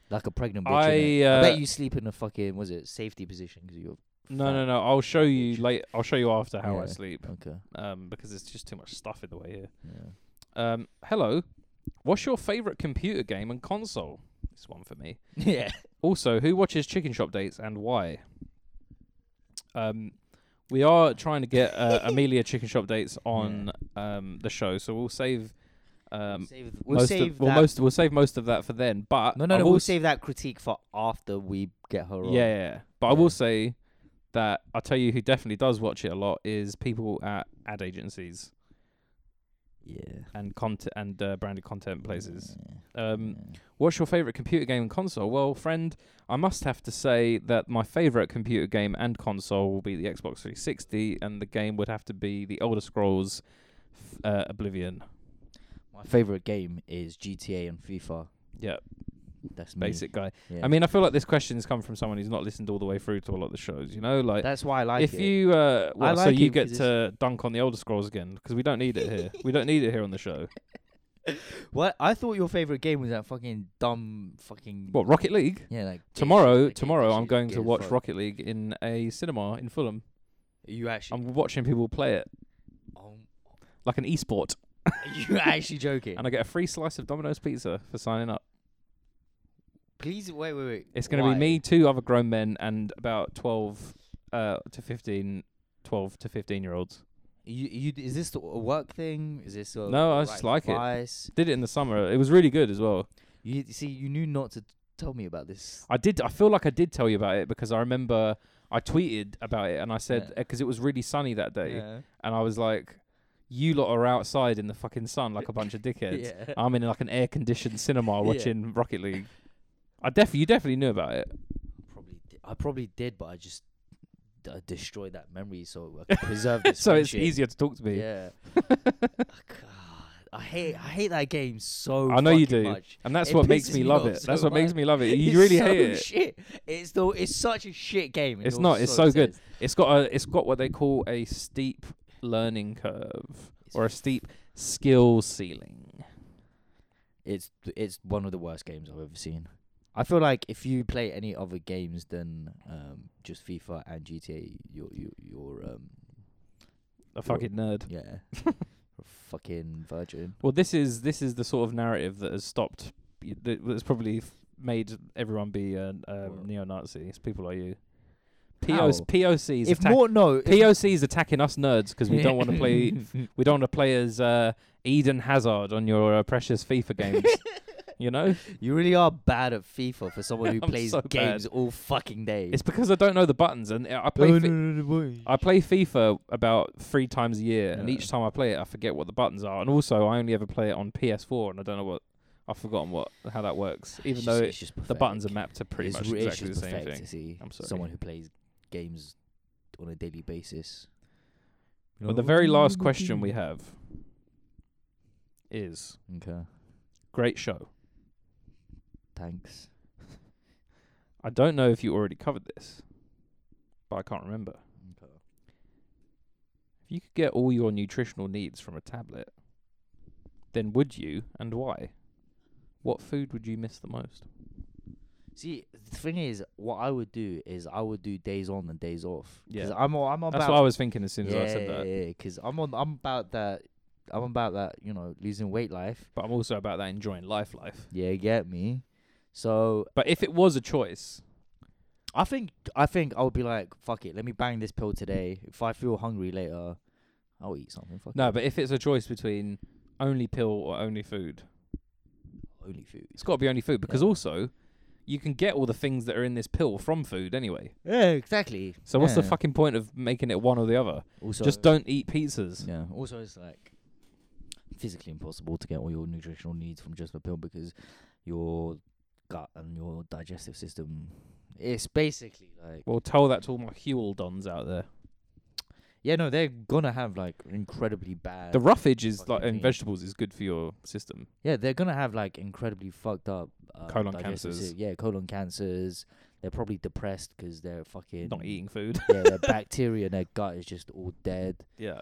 S1: like a pregnant bitch?
S2: I,
S1: innit? I
S2: uh,
S1: bet you sleep in a fucking was it safety position 'cause you're
S2: No,
S1: fat.
S2: no, no. I'll show you late. I'll show you after how I
S1: Yeah.
S2: sleep.
S1: okay.
S2: Um, because there's just too much stuff in the way here.
S1: Yeah.
S2: Um, hello. What's your favorite computer game and console? This one for me.
S1: Yeah.
S2: Also, who watches Chicken Shop Dates and why? Um, we are trying to get uh, Amelia Chicken Shop Dates on um the show, so we'll save um
S1: save, we'll
S2: most
S1: save
S2: of,
S1: that.
S2: well, most we'll save most of that for then. But
S1: no, no,
S2: I
S1: no.
S2: will
S1: We'll
S2: s-
S1: save that critique for after we get her on.
S2: Yeah, yeah, yeah. but I
S1: Yeah.
S2: will say that I'll tell you who definitely does watch it a lot is people at ad agencies
S1: Yeah.
S2: and content and uh, branded content places.
S1: Yeah,
S2: Um,
S1: yeah.
S2: what's your favorite computer game and console? Well, friend, I must have to say that my favorite computer game and console will be the Xbox 360, and the game would have to be The Elder Scrolls f- uh, Oblivion.
S1: My favorite game is GTA and FIFA.
S2: Yeah,
S1: That's me.
S2: basic guy.
S1: Yeah.
S2: I mean, I feel like this question has come from someone who's not listened all the way through to a lot of the shows. You know, like
S1: that's why I like
S2: if
S1: it.
S2: you uh well, so
S1: like
S2: you
S1: it
S2: get
S1: because
S2: to dunk on the older scrolls again because we don't need it here we don't need it here on the show
S1: what I thought your favorite game was that fucking dumb fucking.
S2: what rocket league
S1: Yeah, like
S2: tomorrow
S1: like,
S2: tomorrow
S1: yeah,
S2: i'm
S1: shit,
S2: going
S1: gay
S2: to
S1: as
S2: watch
S1: fuck.
S2: rocket league in a cinema in fulham
S1: You actually,
S2: i'm watching people play it
S1: um,
S2: like an esport
S1: you actually joking?
S2: and i get a free slice of domino's pizza for signing up
S1: Please wait, wait, wait.
S2: it's going to
S1: Why?
S2: be me two other grown men and about 12 uh to 15 12 to 15 year olds
S1: You, you. Is this a work thing? Is this a
S2: No, I
S1: right
S2: just like it.
S1: advice?
S2: did it in the summer it was really good as well
S1: You see, you knew not to tell me about this.
S2: I did. I feel like I did tell you about it because I remember I tweeted about it and I said
S1: Yeah.
S2: because it was really sunny that day, and I was like, "You lot are outside in the fucking sun like a bunch of dickheads.
S1: yeah.
S2: I'm in like an air-conditioned cinema
S1: Yeah.
S2: watching Rocket League." I definitely, you definitely knew about it.
S1: probably di- I probably did, but I just d- I destroyed that memory so I could preserve this.
S2: so it's
S1: friendship.
S2: easier to talk to me.
S1: Yeah. Oh, God, I hate I hate that game so.
S2: I know you
S1: fucking
S2: do.
S1: Much.
S2: And that's
S1: It
S2: what makes
S1: pisses
S2: me
S1: me
S2: love
S1: off
S2: it.
S1: so
S2: That's what makes
S1: much.
S2: me love it. You
S1: It's
S2: really
S1: so
S2: hate it.
S1: Shit. It's though. It's such a shit game. and
S2: It's
S1: you're
S2: not, it's so good.
S1: obsessed.
S2: It's got a. It's got what they call a steep learning curve
S1: It's
S2: or a steep skill ceiling.
S1: It's it's one of the worst games I've ever seen. I feel like if you play any other games than um, just FIFA and GTA, you're you're, you're um,
S2: A fucking nerd.
S1: yeah, a fucking virgin.
S2: Well, this is this is the sort of narrative that has stopped. y- That has probably f- made everyone be a, a
S1: Well-
S2: neo-Nazi. It's people like you.
S1: How?
S2: POs, POCs,
S1: If
S2: attack,
S1: more no, if
S2: POCs attacking us nerds because we don't want to play. We don't want to play as uh, Eden Hazard on your uh, precious FIFA games. you know,
S1: You really are bad at FIFA for someone who
S2: I'm
S1: plays
S2: so
S1: games all fucking day.
S2: it's because I don't know the buttons, and uh, I
S1: Oh,
S2: play. fi- I play FIFA about three times a year, and
S1: Yeah.
S2: each time I play it, I forget what the buttons are, and also I only ever play it on PS4, and I don't know what I've forgotten what how that works. Even though it,
S1: just
S2: the
S1: pathetic.
S2: buttons are mapped to pretty
S1: It's
S2: much
S1: re- it's
S2: exactly the
S1: just
S2: same
S1: pathetic
S2: thing.
S1: To see
S2: I'm sorry.
S1: Someone who plays games on a daily basis.
S2: But the very last question we have is
S1: Okay.
S2: great show.
S1: Thanks.
S2: I don't know if you already covered this, but I can't remember.
S1: Okay.
S2: If you could get all your nutritional needs from a tablet, then would you and why? What food would you miss the most?
S1: See, the thing is, what I would do is I would do days on and days off. 'Cause
S2: Yeah.
S1: I'm all, I'm about
S2: That's what I was thinking as soon as
S1: yeah,
S2: I said that.
S1: yeah, yeah, 'cause I'm on I'm about that I'm about that, you know, losing weight life.
S2: But I'm also about that enjoying life life.
S1: Yeah, get me. So
S2: But if it was a choice,
S1: I think I think I would be like, fuck it, let me bang this pill today. If I feel hungry later, I'll eat something. Fuck
S2: no,
S1: it.
S2: but if it's a choice between only pill or only food,
S1: only food.
S2: it's got to be only food because
S1: Yeah.
S2: also you can get all the things that are in this pill from food anyway.
S1: Yeah, exactly.
S2: So what's the
S1: Yeah.
S2: fucking point of making it one or the other?
S1: Also,
S2: Just don't eat pizzas.
S1: Yeah. Also, it's like physically impossible to get all your nutritional needs from just a pill because your gut and your digestive system. It's basically like
S2: Well, tell that to all my Huel dons out there.
S1: yeah, no, they're gonna have like incredibly bad.
S2: The roughage is
S1: fucking
S2: like and
S1: thing.
S2: vegetables is good for your system.
S1: yeah, they're gonna have like incredibly fucked up uh,
S2: Colon
S1: digestive
S2: cancers.
S1: sy- Yeah, colon cancers. They're probably depressed because they're fucking
S2: Not eating food.
S1: yeah, their bacteria in their gut is just all dead.
S2: yeah.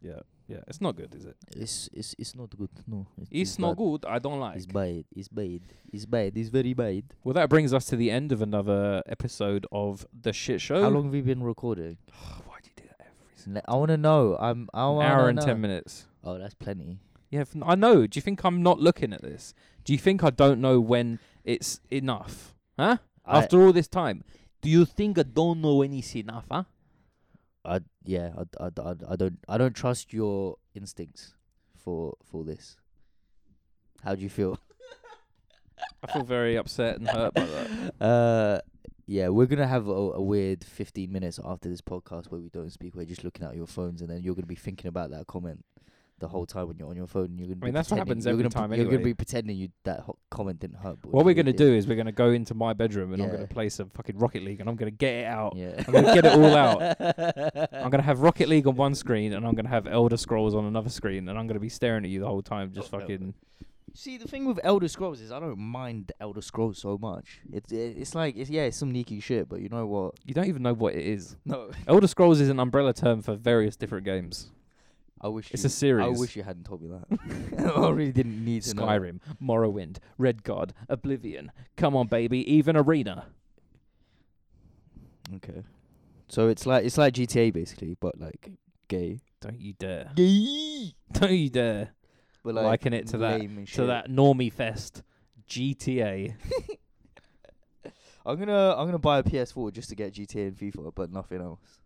S2: Yeah. Yeah. It's not good, is it?
S1: It's it's it's not good. No,
S2: It's not good. I don't like.
S1: It's bad. It's bad. It's bad. It's very bad.
S2: Well, that brings us to the end of another episode of the shit show.
S1: How long have we been recording?
S2: Why do you do that every single?
S1: N- I want to know. I'm. Oh, I
S2: An
S1: want
S2: hour and ten minutes.
S1: Oh, that's plenty.
S2: Yeah, f- I know. Do you think I'm not looking at this? Do you think I don't know when it's enough? Huh?
S1: I-
S2: After all this time, do you think I don't know when it's enough? Huh?
S1: I, yeah, I, I, I, I don't, I don't trust your instincts for for this. How do you feel?
S2: I feel very upset and hurt by that.
S1: Uh, yeah, we're gonna have a, a weird 15 minutes after this podcast where we don't speak. We're just looking at your phones, and then you're gonna be thinking about that comment the whole time when you're on your phone. And you're gonna.
S2: I mean,
S1: be
S2: that's what
S1: pretending-
S2: happens
S1: you're
S2: every
S1: gonna, pre-
S2: time
S1: You're gonna
S2: anyway.
S1: be pretending you that ho- comment didn't hurt. but
S2: What we're
S1: really
S2: gonna
S1: did.
S2: do is we're gonna go into my bedroom and I'm
S1: Yeah.
S2: gonna play some fucking Rocket League and I'm gonna get it out.
S1: Yeah.
S2: I'm gonna get it all out. I'm gonna have Rocket League on one screen and I'm gonna have Elder Scrolls on another screen and I'm gonna be staring at you the whole time, just
S1: Oh, no.
S2: fucking.
S1: See, the thing with Elder Scrolls is I don't mind Elder Scrolls so much. It's it, it's like it's yeah, it's some sneaky shit, but you know what?
S2: You don't even know what it is.
S1: No,
S2: Elder Scrolls is an umbrella term for various different games.
S1: I wish
S2: It's
S1: you,
S2: a series.
S1: I wish you hadn't told me that. I really didn't need to know.
S2: Skyrim, Morrowind, Red God, Oblivion. Come on, baby, even Arena.
S1: Okay, so it's like it's like GTA basically, but like gay.
S2: Don't you dare!
S1: Gay.
S2: Don't you dare!
S1: But
S2: Liken it to that-
S1: lame and
S2: To
S1: shit.
S2: that normie fest, GTA.
S1: I'm gonna I'm gonna buy a PS4 just to get GTA and FIFA, but nothing else.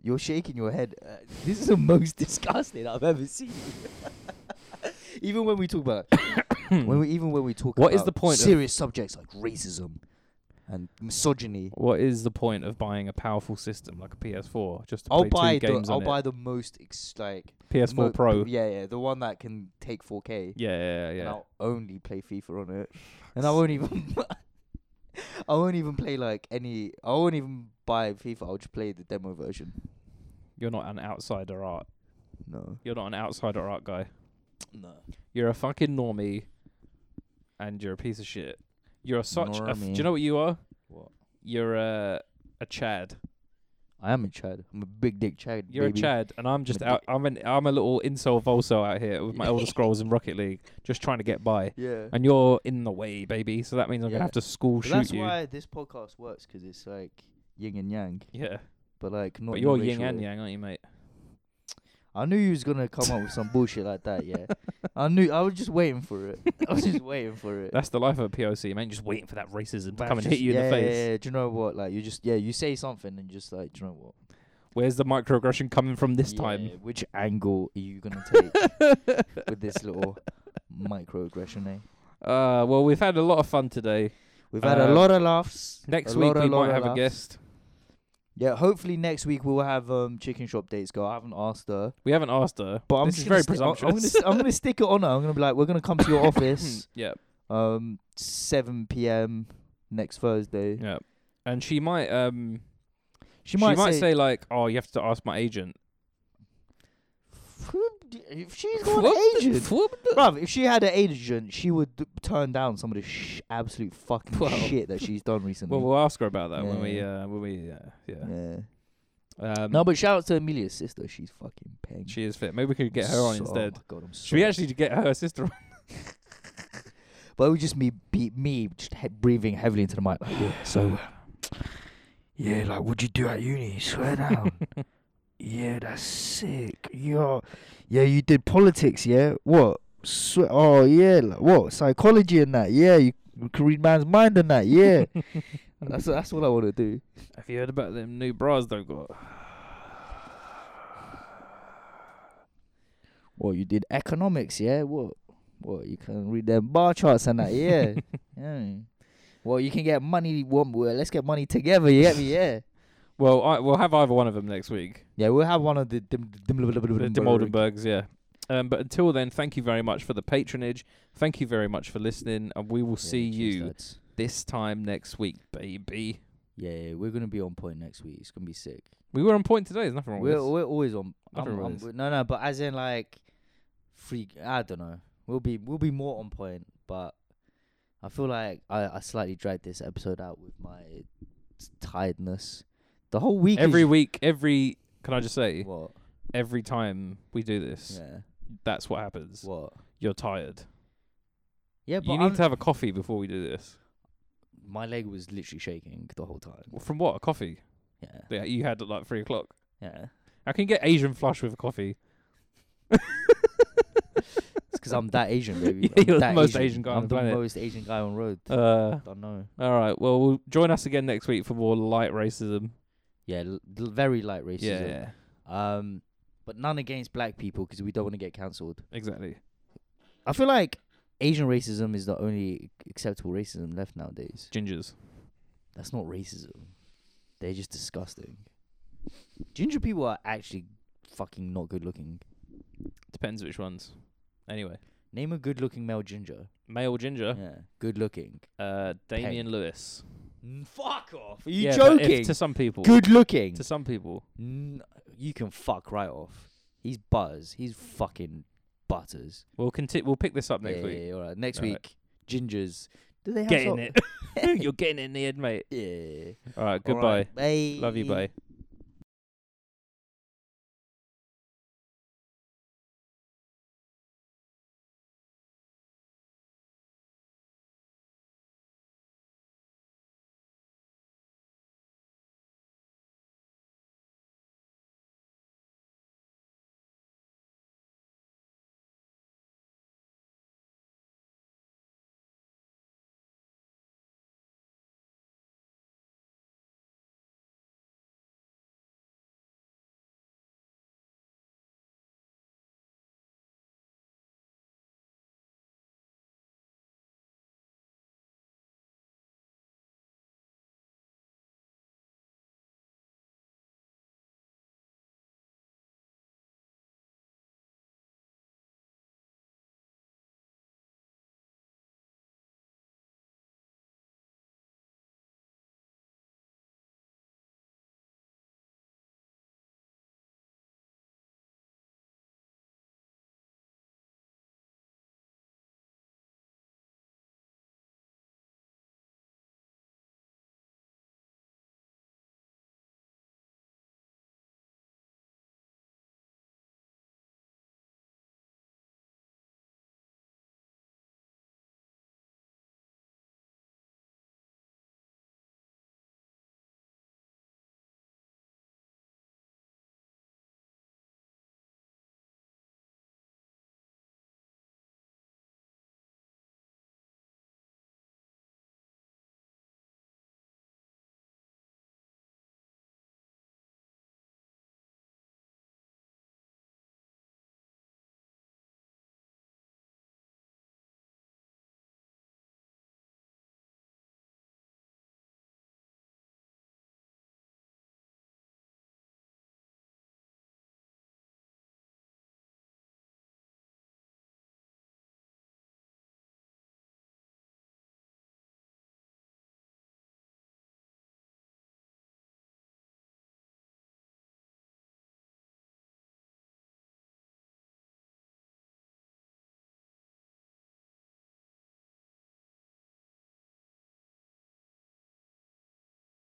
S1: You're shaking your head. Uh, this is the most disgusting I've ever seen. even when we talk about when we even when we talk
S2: What
S1: about
S2: is the point of-
S1: serious subjects like racism and misogyny.
S2: What is the point of buying a powerful system like a PS4 just to
S1: I'll
S2: play
S1: buy
S2: two
S1: the
S2: games
S1: I'll
S2: on
S1: buy the most ex- like
S2: it? PS4
S1: mo-
S2: Pro. Yeah,
S1: Yeah, yeah, the one that can take 4K.
S2: yeah, yeah.
S1: and
S2: yeah.
S1: I'll only play FIFA on it, and I won't even. I won't even play like any. I won't even buy FIFA. I'll just play the demo version.
S2: You're not an outsider art.
S1: No,
S2: You're not an outsider art guy.
S1: no.
S2: You're a fucking normie, and you're a piece of shit. You're such. A f- do
S1: Normie.
S2: you know what you are?
S1: What?
S2: You're a a Chad.
S1: I am a Chad. I'm a big dick Chad.
S2: You're
S1: baby.
S2: a Chad, and I'm just
S1: I'm a
S2: out. I'm an I'm a little insole volso out here with my Elder Scrolls and Rocket League, just trying to get by.
S1: Yeah.
S2: And you're in the way, baby. So that means I'm
S1: Yeah.
S2: gonna have to school
S1: But
S2: shoot
S1: that's
S2: you.
S1: why this podcast works because it's like yin and yang,
S2: yeah,
S1: but like not.
S2: but
S1: in
S2: you're
S1: a
S2: yin
S1: racial
S2: and
S1: way.
S2: yang, aren't you, mate?
S1: I knew you was gonna come up with some bullshit like that. Yeah, I knew. I was just waiting for it. I was just waiting for it.
S2: That's the life of a POC, man. Just waiting for that racism to
S1: But
S2: come and
S1: just-
S2: hit you in
S1: yeah,
S2: the face.
S1: Yeah, yeah, do you know what? Like you just yeah, you say something and just like, do you know what?
S2: Where's the microaggression coming from this
S1: Yeah,
S2: time?
S1: Which angle are you gonna take with this little microaggression? Eh?
S2: Uh, well, we've had a lot of fun today.
S1: We've had a
S2: Um,
S1: lot of laughs.
S2: Next
S1: a
S2: week
S1: lot,
S2: we
S1: lot
S2: might
S1: of
S2: have a
S1: laughs.
S2: guest.
S1: Yeah, hopefully next week we'll have um chicken shop dates go. I haven't asked her,
S2: We haven't asked her.
S1: but I'm
S2: this
S1: just
S2: is
S1: gonna
S2: very
S1: sti- I- I'm gonna
S2: presumptuous.
S1: st- I'm gonna stick it on her. I'm gonna be like, we're gonna come to your office,
S2: yeah,
S1: um, 7 p.m. next Thursday.
S2: yeah. And she might um
S1: She might,
S2: say, like, "Oh, you have to ask my agent."
S1: if she's got
S2: Whoop
S1: an
S2: the-
S1: agent.
S2: whoop the-
S1: Bruv, if she had an agent, she would d- turn down some of the sh- absolute fucking
S2: Well.
S1: shit that she's done recently.
S2: Well, we'll ask her about that when
S1: Yeah,
S2: we
S1: yeah.
S2: uh when we uh, yeah.
S1: yeah.
S2: Um,
S1: No, but shout out to Amelia's sister. She's fucking peng.
S2: she is fit. Maybe we could get her on
S1: So-
S2: instead.
S1: Oh my god, I'm
S2: Should we
S1: sorry.
S2: actually get her sister? on?
S1: But it would just be, be me just he- breathing heavily into the mic. Like, yeah. So, yeah, like, what'd you do at uni? Swear down. yeah, that's sick. Yeah, yeah, you did politics. Yeah, what? Swe- oh yeah, like, what? Psychology and that. Yeah, you, you can read man's mind and that. Yeah. That's that's what I want to do.
S2: Have you heard about them new bras they've got?
S1: Well, you did economics, yeah? What? Well, you can read them bar charts and that. Yeah. yeah. Well, you can get money. One, well, let's get money together. You get me? Yeah.
S2: Well, I, we'll have either one of them next week.
S1: Yeah, we'll have one of the dim, dim, dim,
S2: The Demoldenbergs, yeah. Um, but until then, thank you very much for the patronage. Thank you very much for listening, and we will see you this time next week, baby.
S1: Yeah, we're gonna be on point next week. It's gonna be sick.
S2: We were on point today. There's nothing wrong
S1: We're
S2: with
S1: we're always on.
S2: Nothing
S1: I'm-
S2: wrong
S1: I'm-
S2: with
S1: no, no, but as in like, freak. I don't know. We'll be we'll be more on point, but I feel like I, I slightly dragged this episode out with my t- tiredness. The whole week.
S2: this.
S1: is
S2: Every
S1: ju-
S2: week, every can I just say,
S1: What?
S2: every time we do this,
S1: Yeah.
S2: that's what happens.
S1: What?
S2: You're tired.
S1: Yeah, but
S2: you need
S1: I'm-
S2: to have a coffee before we do this.
S1: my leg was literally shaking the whole time.
S2: From what? A coffee?
S1: Yeah.
S2: Yeah, you had at like three o'clock.
S1: Yeah.
S2: I can you get Asian flush with a coffee.
S1: It's because I'm that Asian, baby.
S2: Yeah,
S1: I'm
S2: you're the
S1: that
S2: most Asian guy on
S1: I'm
S2: the
S1: the
S2: planet.
S1: most Asian guy on road.
S2: Uh,
S1: I know.
S2: all right. Well, we'll join us again next week for more light racism.
S1: Yeah, l- l- very light
S2: Yeah,
S1: racism.
S2: yeah,
S1: Um, but none against black people because we don't want to get cancelled.
S2: exactly.
S1: I feel like Asian racism is the only acceptable racism left nowadays.
S2: Gingers.
S1: That's not racism. They're just disgusting. Ginger people are actually fucking not good looking.
S2: Depends which ones. Anyway,
S1: Name a good looking male ginger.
S2: male ginger.
S1: Yeah, good looking.
S2: Uh, Damian Lewis.
S1: Mm, fuck off. Are you
S2: Yeah, but if-
S1: joking?
S2: To some people.
S1: Good looking.
S2: To some people.
S1: N- you can fuck right off. He's butters. He's fucking butters.
S2: We'll conti- We'll pick this up next
S1: yeah,
S2: week.
S1: yeah, yeah, all right. Next
S2: All
S1: week,
S2: right.
S1: gingers. Do they have
S2: Getting
S1: salt?
S2: it. You're getting it in the end, mate.
S1: yeah.
S2: All right.
S1: All
S2: Goodbye.
S1: right, Bye.
S2: Love you. Bye.